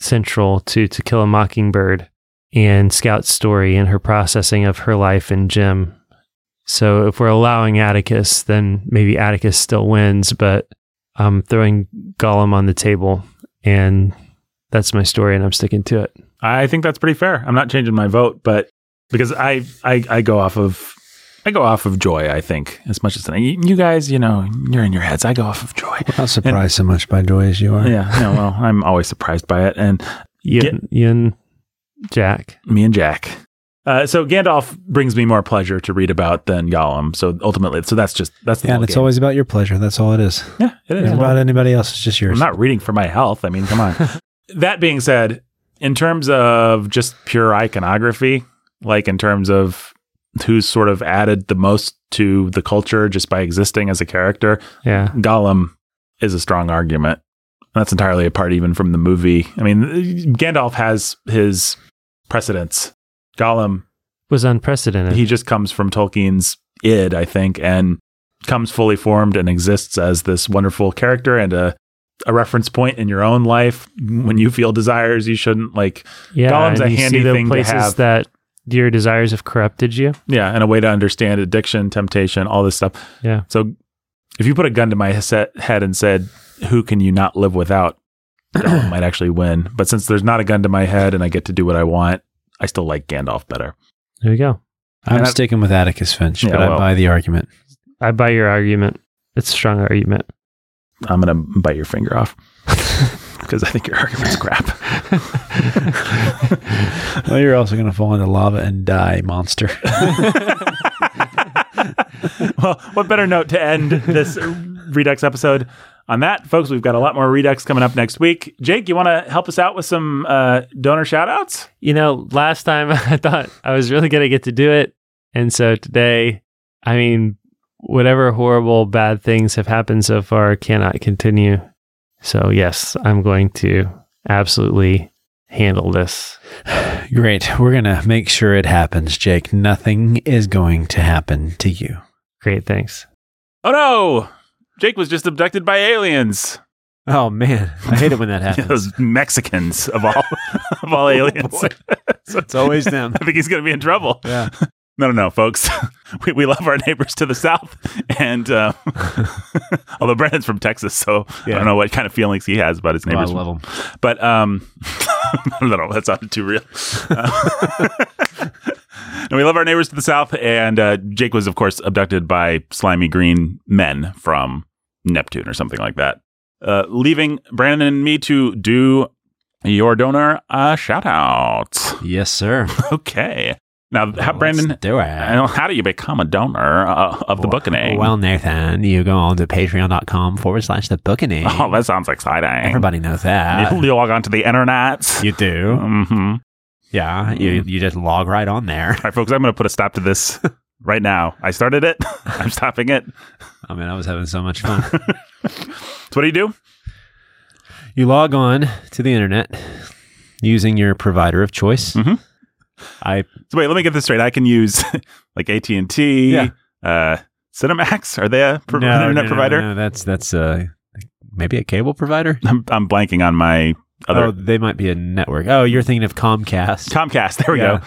Speaker 3: central to To Kill a Mockingbird and Scout's story and her processing of her life and Jim. So if we're allowing Atticus, then maybe Atticus still wins, but I'm throwing Gollum on the table and that's my story and I'm sticking to it.
Speaker 1: I think that's pretty fair. I'm not changing my vote, but because I I, I go off of I go off of joy. I think as much as anything. You guys, you know, you're in your heads. I go off of joy.
Speaker 2: I'm not surprised so much by joy as you are.
Speaker 1: Yeah. No. Well, I'm always surprised by it, and
Speaker 3: You,
Speaker 1: Get-
Speaker 3: you and Jack.
Speaker 1: me and Jack. Uh, so Gandalf brings me more pleasure to read about than Gollum. So ultimately, so that's just that's the
Speaker 2: Yeah,
Speaker 1: whole
Speaker 2: and it's
Speaker 1: game.
Speaker 2: always about your pleasure. That's all it is.
Speaker 1: yeah, it is.
Speaker 2: It's about anybody else. It's just yours.
Speaker 1: I'm not reading for my health. I mean, come on. that being said, in terms of just pure iconography, like in terms of who's sort of added the most to the culture just by existing as a character,
Speaker 3: Yeah.
Speaker 1: Gollum is a strong argument. That's entirely apart even from the movie. I mean, Gandalf has his precedents. Gollum,
Speaker 3: Was unprecedented.
Speaker 1: he just comes from Tolkien's id, I think, and comes fully formed and exists as this wonderful character and a a reference point in your own life when you feel desires you shouldn't like
Speaker 3: yeah.
Speaker 1: Gollum's
Speaker 3: and
Speaker 1: a
Speaker 3: you
Speaker 1: handy
Speaker 3: see the
Speaker 1: thing to
Speaker 3: places
Speaker 1: have.
Speaker 3: that your desires have corrupted you.
Speaker 1: yeah and a way to understand addiction temptation all this stuff
Speaker 3: Yeah.
Speaker 1: so if you put a gun to my set, head and said who can you not live without Gollum might actually win but since there's not a gun to my head and i get to do what i want i still like gandalf better
Speaker 3: There you go.
Speaker 2: I'm
Speaker 1: And I-
Speaker 2: sticking with Atticus Finch,
Speaker 1: Yeah,
Speaker 2: but
Speaker 1: well.
Speaker 2: I buy the argument.
Speaker 3: I buy your argument. It's a strong argument.
Speaker 1: i'm gonna bite your finger off because i think your argument's crap
Speaker 2: Well, you're also going to fall into lava and die, monster.
Speaker 1: well, what better note to end this Redux episode on that, folks? We've got a lot more Redux coming up next week. Jake, you want to help us out with some uh, donor shout outs?
Speaker 3: You know, last time I thought I was really going to get to do it. And so today, I mean, whatever horrible bad things have happened so far cannot continue. So, yes, I'm going to absolutely handle this.
Speaker 2: Great. We're going to make sure it happens, Jake. Nothing is going to happen to you.
Speaker 3: Great. Thanks.
Speaker 1: Oh, no. Jake was just abducted by aliens.
Speaker 2: Oh, man. I hate it when that Oh,
Speaker 1: Those Mexicans of all of all aliens.
Speaker 2: boy.
Speaker 1: So
Speaker 2: it's always them.
Speaker 1: I think he's going to be in trouble.
Speaker 2: Yeah.
Speaker 1: No, no, no, folks. we, we love our neighbors to the south. And uh, although Brandon's from Texas, so I
Speaker 2: Yeah.
Speaker 1: don't know what kind of feelings he has about his
Speaker 2: Oh, I
Speaker 1: neighbors. from
Speaker 2: love them.
Speaker 1: But um, no, no, no, that sounded too real. Uh, and we love our neighbors to the south. And uh, Jake was, of course, abducted by slimy green men from Neptune or something like that. Uh, leaving Brandon and me to do your donor uh, shout outs.
Speaker 2: Yes, sir.
Speaker 1: Okay. Now, how,
Speaker 2: Let's
Speaker 1: Brandon,
Speaker 2: do
Speaker 1: I
Speaker 2: it.
Speaker 1: know, how do you become a donor uh, of the Bookening?
Speaker 2: Well, Nathan, you go on to patreon.com forward slash the booking.
Speaker 1: oh, that sounds exciting.
Speaker 2: Everybody knows that.
Speaker 1: you log onto the internet.
Speaker 2: You do.
Speaker 1: hmm
Speaker 2: Yeah.
Speaker 1: Mm.
Speaker 2: You, you just log right on there.
Speaker 1: All right, folks, I'm going to put a stop to this right now. I started it. I'm stopping it.
Speaker 2: I mean, I was having so much fun.
Speaker 1: So what do you do?
Speaker 2: You log on to the internet using your provider of choice.
Speaker 1: Mhm.
Speaker 2: I
Speaker 1: So wait, let me get this straight. I can use like AT and T,
Speaker 2: Yeah.
Speaker 1: uh, Cinemax. Are they a pro-
Speaker 2: No, no,
Speaker 1: internet
Speaker 2: no,
Speaker 1: provider?
Speaker 2: no, that's that's uh, maybe a cable provider.
Speaker 1: I'm, I'm blanking on my other
Speaker 2: Oh, they might be a network. Oh, you're thinking of Comcast.
Speaker 1: Comcast. There we
Speaker 2: Yeah.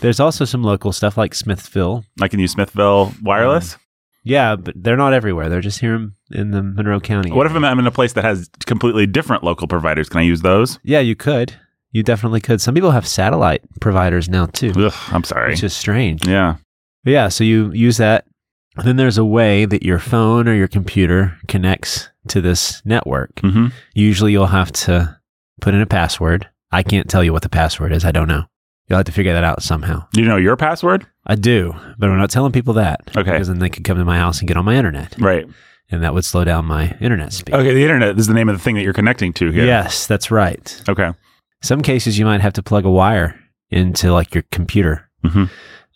Speaker 2: There's also some local stuff like Smithville.
Speaker 1: go. I can use Smithville Wireless.
Speaker 2: Oh, Yeah, but they're not everywhere. They're just here in, in the Monroe County.
Speaker 1: What if I'm- I'm in a place that has completely different local providers? Can I use those?
Speaker 2: Yeah, you could. You definitely could. Some people have satellite providers now too,
Speaker 1: Ugh, I'm sorry.
Speaker 2: which is strange.
Speaker 1: Yeah.
Speaker 2: Yeah, so you use that. And then there's a way that your phone or your computer connects to this network.
Speaker 1: hmm
Speaker 2: Usually you'll have to put in a password. I can't tell you what the password is. I don't know. You'll have to figure that out somehow.
Speaker 1: Do you know your password?
Speaker 2: I do, but I'm not telling people that.
Speaker 1: Okay.
Speaker 2: Because then they could come to my house and get on my internet,
Speaker 1: Right.
Speaker 2: and that would slow down my internet speed.
Speaker 1: Okay. The internet is the name of the thing that you're connecting to here.
Speaker 2: Yes, that's right.
Speaker 1: Okay.
Speaker 2: Some cases you might have to plug a wire into like your computer.
Speaker 1: Mhm.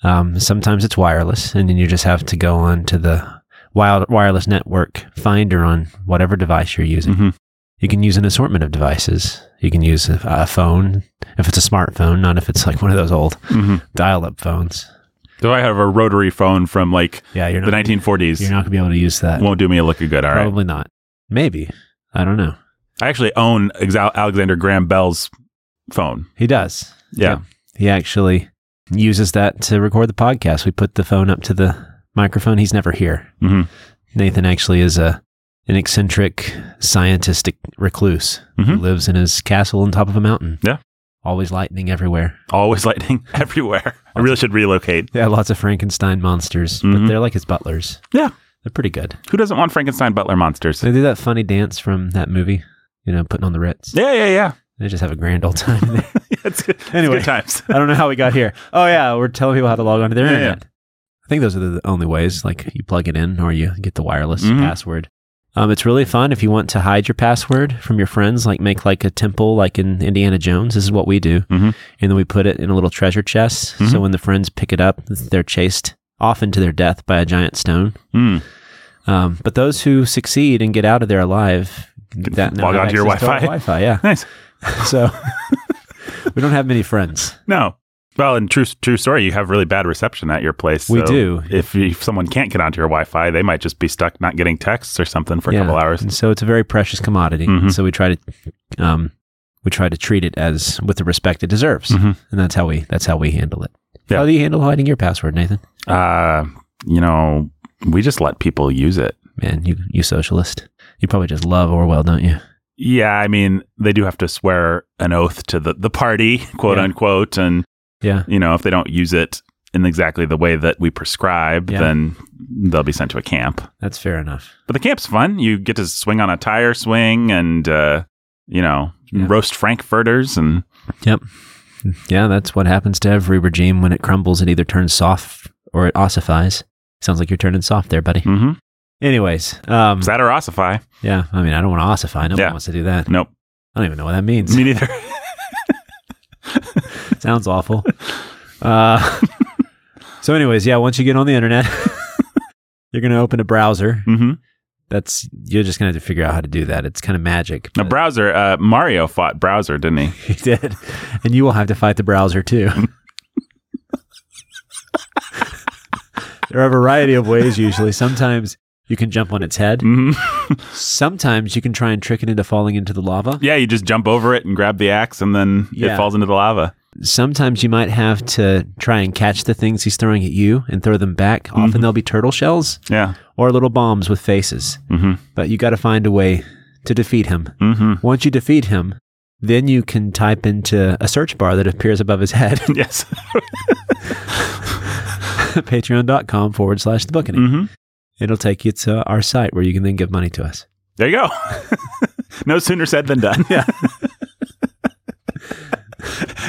Speaker 2: Um, sometimes it's wireless, and then you just have to go on to the wild, wireless network finder on whatever device you're using.
Speaker 1: Mhm.
Speaker 2: You can use an assortment of devices. You can use a, a phone if it's a smartphone, not if it's like one of those old
Speaker 1: hmm
Speaker 2: dial-up phones.
Speaker 1: So I have a rotary phone from like
Speaker 2: Yeah, you're
Speaker 1: the
Speaker 2: not.
Speaker 1: 1940s.
Speaker 2: You're not gonna be able to use that.
Speaker 1: Won't do me a look of good. All right.
Speaker 2: Probably not. Maybe. I don't know.
Speaker 1: I actually own Exa- Alexander Graham Bell's phone.
Speaker 2: He does.
Speaker 1: Yeah.
Speaker 2: He actually uses that to record the podcast. We put the phone up to the microphone. He's never here.
Speaker 1: hmm
Speaker 2: Nathan actually is a an eccentric scientistic recluse who
Speaker 1: Mhm.
Speaker 2: lives in his castle on top of a mountain.
Speaker 1: Yeah.
Speaker 2: Always lightning everywhere.
Speaker 1: Always lightning everywhere. I really should relocate.
Speaker 2: Yeah, lots of Frankenstein monsters, but
Speaker 1: Mhm.
Speaker 2: they're like his butlers.
Speaker 1: Yeah.
Speaker 2: They're pretty good.
Speaker 1: Who doesn't want Frankenstein Butler monsters?
Speaker 2: They do that funny dance from that movie, you know, putting on the Ritz.
Speaker 1: Yeah, yeah, yeah.
Speaker 2: They just have a grand old time. there.
Speaker 1: it's good. it's
Speaker 2: Anyway.
Speaker 1: good times.
Speaker 2: I don't know how we got here. Oh yeah, we're telling people how to log onto their
Speaker 1: Yeah, yeah.
Speaker 2: internet. I think those are the only ways. Like you plug it in, or you get the wireless
Speaker 1: Mhm.
Speaker 2: password. Um, it's really fun if you want to hide your password from your friends. Like make like a temple, like in Indiana Jones. This is what we do,
Speaker 1: Mhm.
Speaker 2: and then we put it in a little treasure chest. So
Speaker 1: Mhm.
Speaker 2: when the friends pick it up, they're chased often to their death by a giant stone.
Speaker 1: Mm.
Speaker 2: Um, but those who succeed and get out of there alive, that now
Speaker 1: Log
Speaker 2: have
Speaker 1: onto your
Speaker 2: access to our Wi-Fi, yeah.
Speaker 1: Nice.
Speaker 2: So we don't have many friends.
Speaker 1: No. Well, in true true story, you have really bad reception at your place.
Speaker 2: We
Speaker 1: so
Speaker 2: do.
Speaker 1: If, if someone can't get onto your Wi-Fi, they might just be stuck not getting texts or something for a
Speaker 2: Yeah.
Speaker 1: couple hours.
Speaker 2: And so it's a very precious commodity.
Speaker 1: Mhm.
Speaker 2: So we try to um, we try to treat it as with the respect it deserves,
Speaker 1: Mhm.
Speaker 2: and that's how we that's how we handle it.
Speaker 1: Yeah.
Speaker 2: How do you handle hiding your password, Nathan?
Speaker 1: Uh, you know, we just let people use it.
Speaker 2: Man, you you socialist. You probably just love Orwell, don't you?
Speaker 1: Yeah, I mean, they do have to swear an oath to the the party, quote
Speaker 2: Yeah.
Speaker 1: unquote, and
Speaker 2: Yeah.
Speaker 1: you know, if they don't use it in exactly the way that we prescribe,
Speaker 2: Yeah.
Speaker 1: then they'll be sent to a camp.
Speaker 2: That's fair enough.
Speaker 1: But the camp's fun. You get to swing on a tire swing and uh, you know,
Speaker 2: Yeah.
Speaker 1: roast frankfurters and
Speaker 2: Yeah, that's what happens to every regime when it crumbles. It either turns soft or it ossifies. Sounds like you're turning soft there, buddy.
Speaker 1: hmm
Speaker 2: Anyways, um,
Speaker 1: that or ossify.
Speaker 2: yeah, I mean, I don't want to ossify. No
Speaker 1: Yeah.
Speaker 2: one wants to do that.
Speaker 1: Nope.
Speaker 2: I don't even know what that means.
Speaker 1: Me neither.
Speaker 2: Sounds awful. Uh, so, anyways, yeah, once you get on the internet, you're going to open a browser.
Speaker 1: hmm
Speaker 2: That's you're just going to have to figure out how to do that. It's kind of magic.
Speaker 1: Now,
Speaker 2: but
Speaker 1: browser. Uh, Mario fought browser, didn't he?
Speaker 2: he did, and you will have to fight the browser too.
Speaker 1: Mm.
Speaker 2: there are a variety of ways. Usually, sometimes you can jump on its head.
Speaker 1: hmm
Speaker 2: Sometimes you can try and trick it into falling into the lava.
Speaker 1: Yeah, you just jump over it and grab the axe, and then
Speaker 2: Yeah.
Speaker 1: it falls into the lava.
Speaker 2: sometimes you might have to try and catch the things he's throwing at you and throw them back. Often they'll be turtle shells
Speaker 1: Yeah.
Speaker 2: or little bombs with faces,
Speaker 1: hmm
Speaker 2: but you got to find a way to defeat him.
Speaker 1: hmm
Speaker 2: Once you defeat him, then you can type into a search bar that appears above his head,
Speaker 1: Yes.
Speaker 2: patreon.com forward slash the Buccaneer.
Speaker 1: hmm
Speaker 2: It'll take you to our site where you can then give money to us.
Speaker 1: There you go. no sooner said than done. Yeah.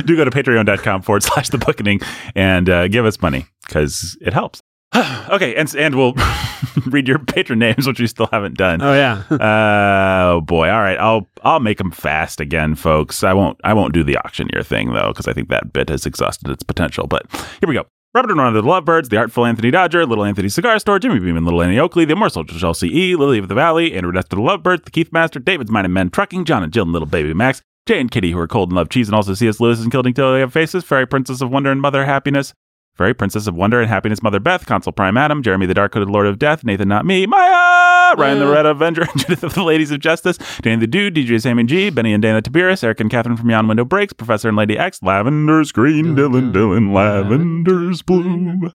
Speaker 1: Do go to patreon.com forward slash the bookening and uh, give us money because it helps. okay. And, and we'll read your patron names, which we still haven't done. Uh,
Speaker 2: Oh, yeah.
Speaker 1: oh boy! All right, I'll I'll make them fast again, folks. I won't I won't do the auctioneer thing though, because I think that bit has exhausted its potential. But here we go. Robert and Ron of the Lovebirds, The Artful Anthony Dodger, Little Anthony Cigar Store, Jimmy Beam and Little Annie Oakley, The Immortal Chelsea E, Lily of the Valley, Andrew Dust of the Lovebirds, The Keith Master, David's Mind and Men Trucking, John and Jill and Little Baby Max, Jay and Kitty, who are cold and love cheese, and also C.S. Lewis and Killed Until They Have Faces, Fairy Princess of Wonder and Mother Happiness, Fairy Princess of Wonder and Happiness, Mother Beth, Consul Prime Adam, Jeremy the Dark Hooded Lord of Death, Nathan Not Me, Maya, Ryan the Red Avenger, and Judith of the Ladies of Justice, Danny the Dude, DJ Sam and G, Benny and Dana Tiberius, Eric and Catherine from Yon Window Breaks, Professor and Lady X, Lavender's Green, Dylan, Dylan, Lavender's Blue.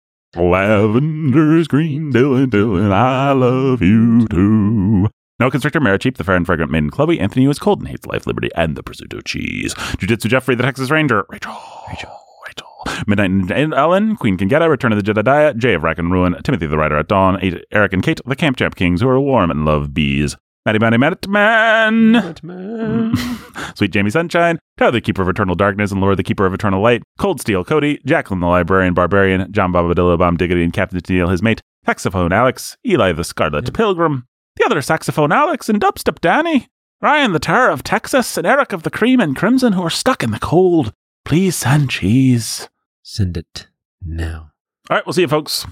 Speaker 1: Lavender's green, Dylan, Dylan, I love you too. No Constrictor, Maricheap, the fair and fragrant maiden Chloe, Anthony who is cold and hates life, liberty, and the pursuit of cheese. Jujitsu Jeffrey, the Texas Ranger, Rachel, Rachel, Rachel, Midnight Ninja and Ellen, Queen Kingetta, Return of the Jedediah, Jay of Rack and Ruin, Timothy the Rider at Dawn, A- Eric and Kate, the Camp Champ Kings, who are warm and love bees. Matty Matty Matty Man! Mm-hmm. Sweet Jamie Sunshine, Tyler the Keeper of Eternal Darkness and Laura the Keeper of Eternal Light, Cold Steel Cody, Jacqueline the Librarian Barbarian, John Bobadilla Bomb Diggity and Captain Tennille his mate, Saxophone Alex, Eli the Scarlet Pilgrim, the other Saxophone Alex and Dubstep Danny, Ryan the Terror of Texas and Eric of the Cream and Crimson who are stuck in the cold. Please send cheese.
Speaker 2: Send it now.
Speaker 1: All right, we'll see you folks.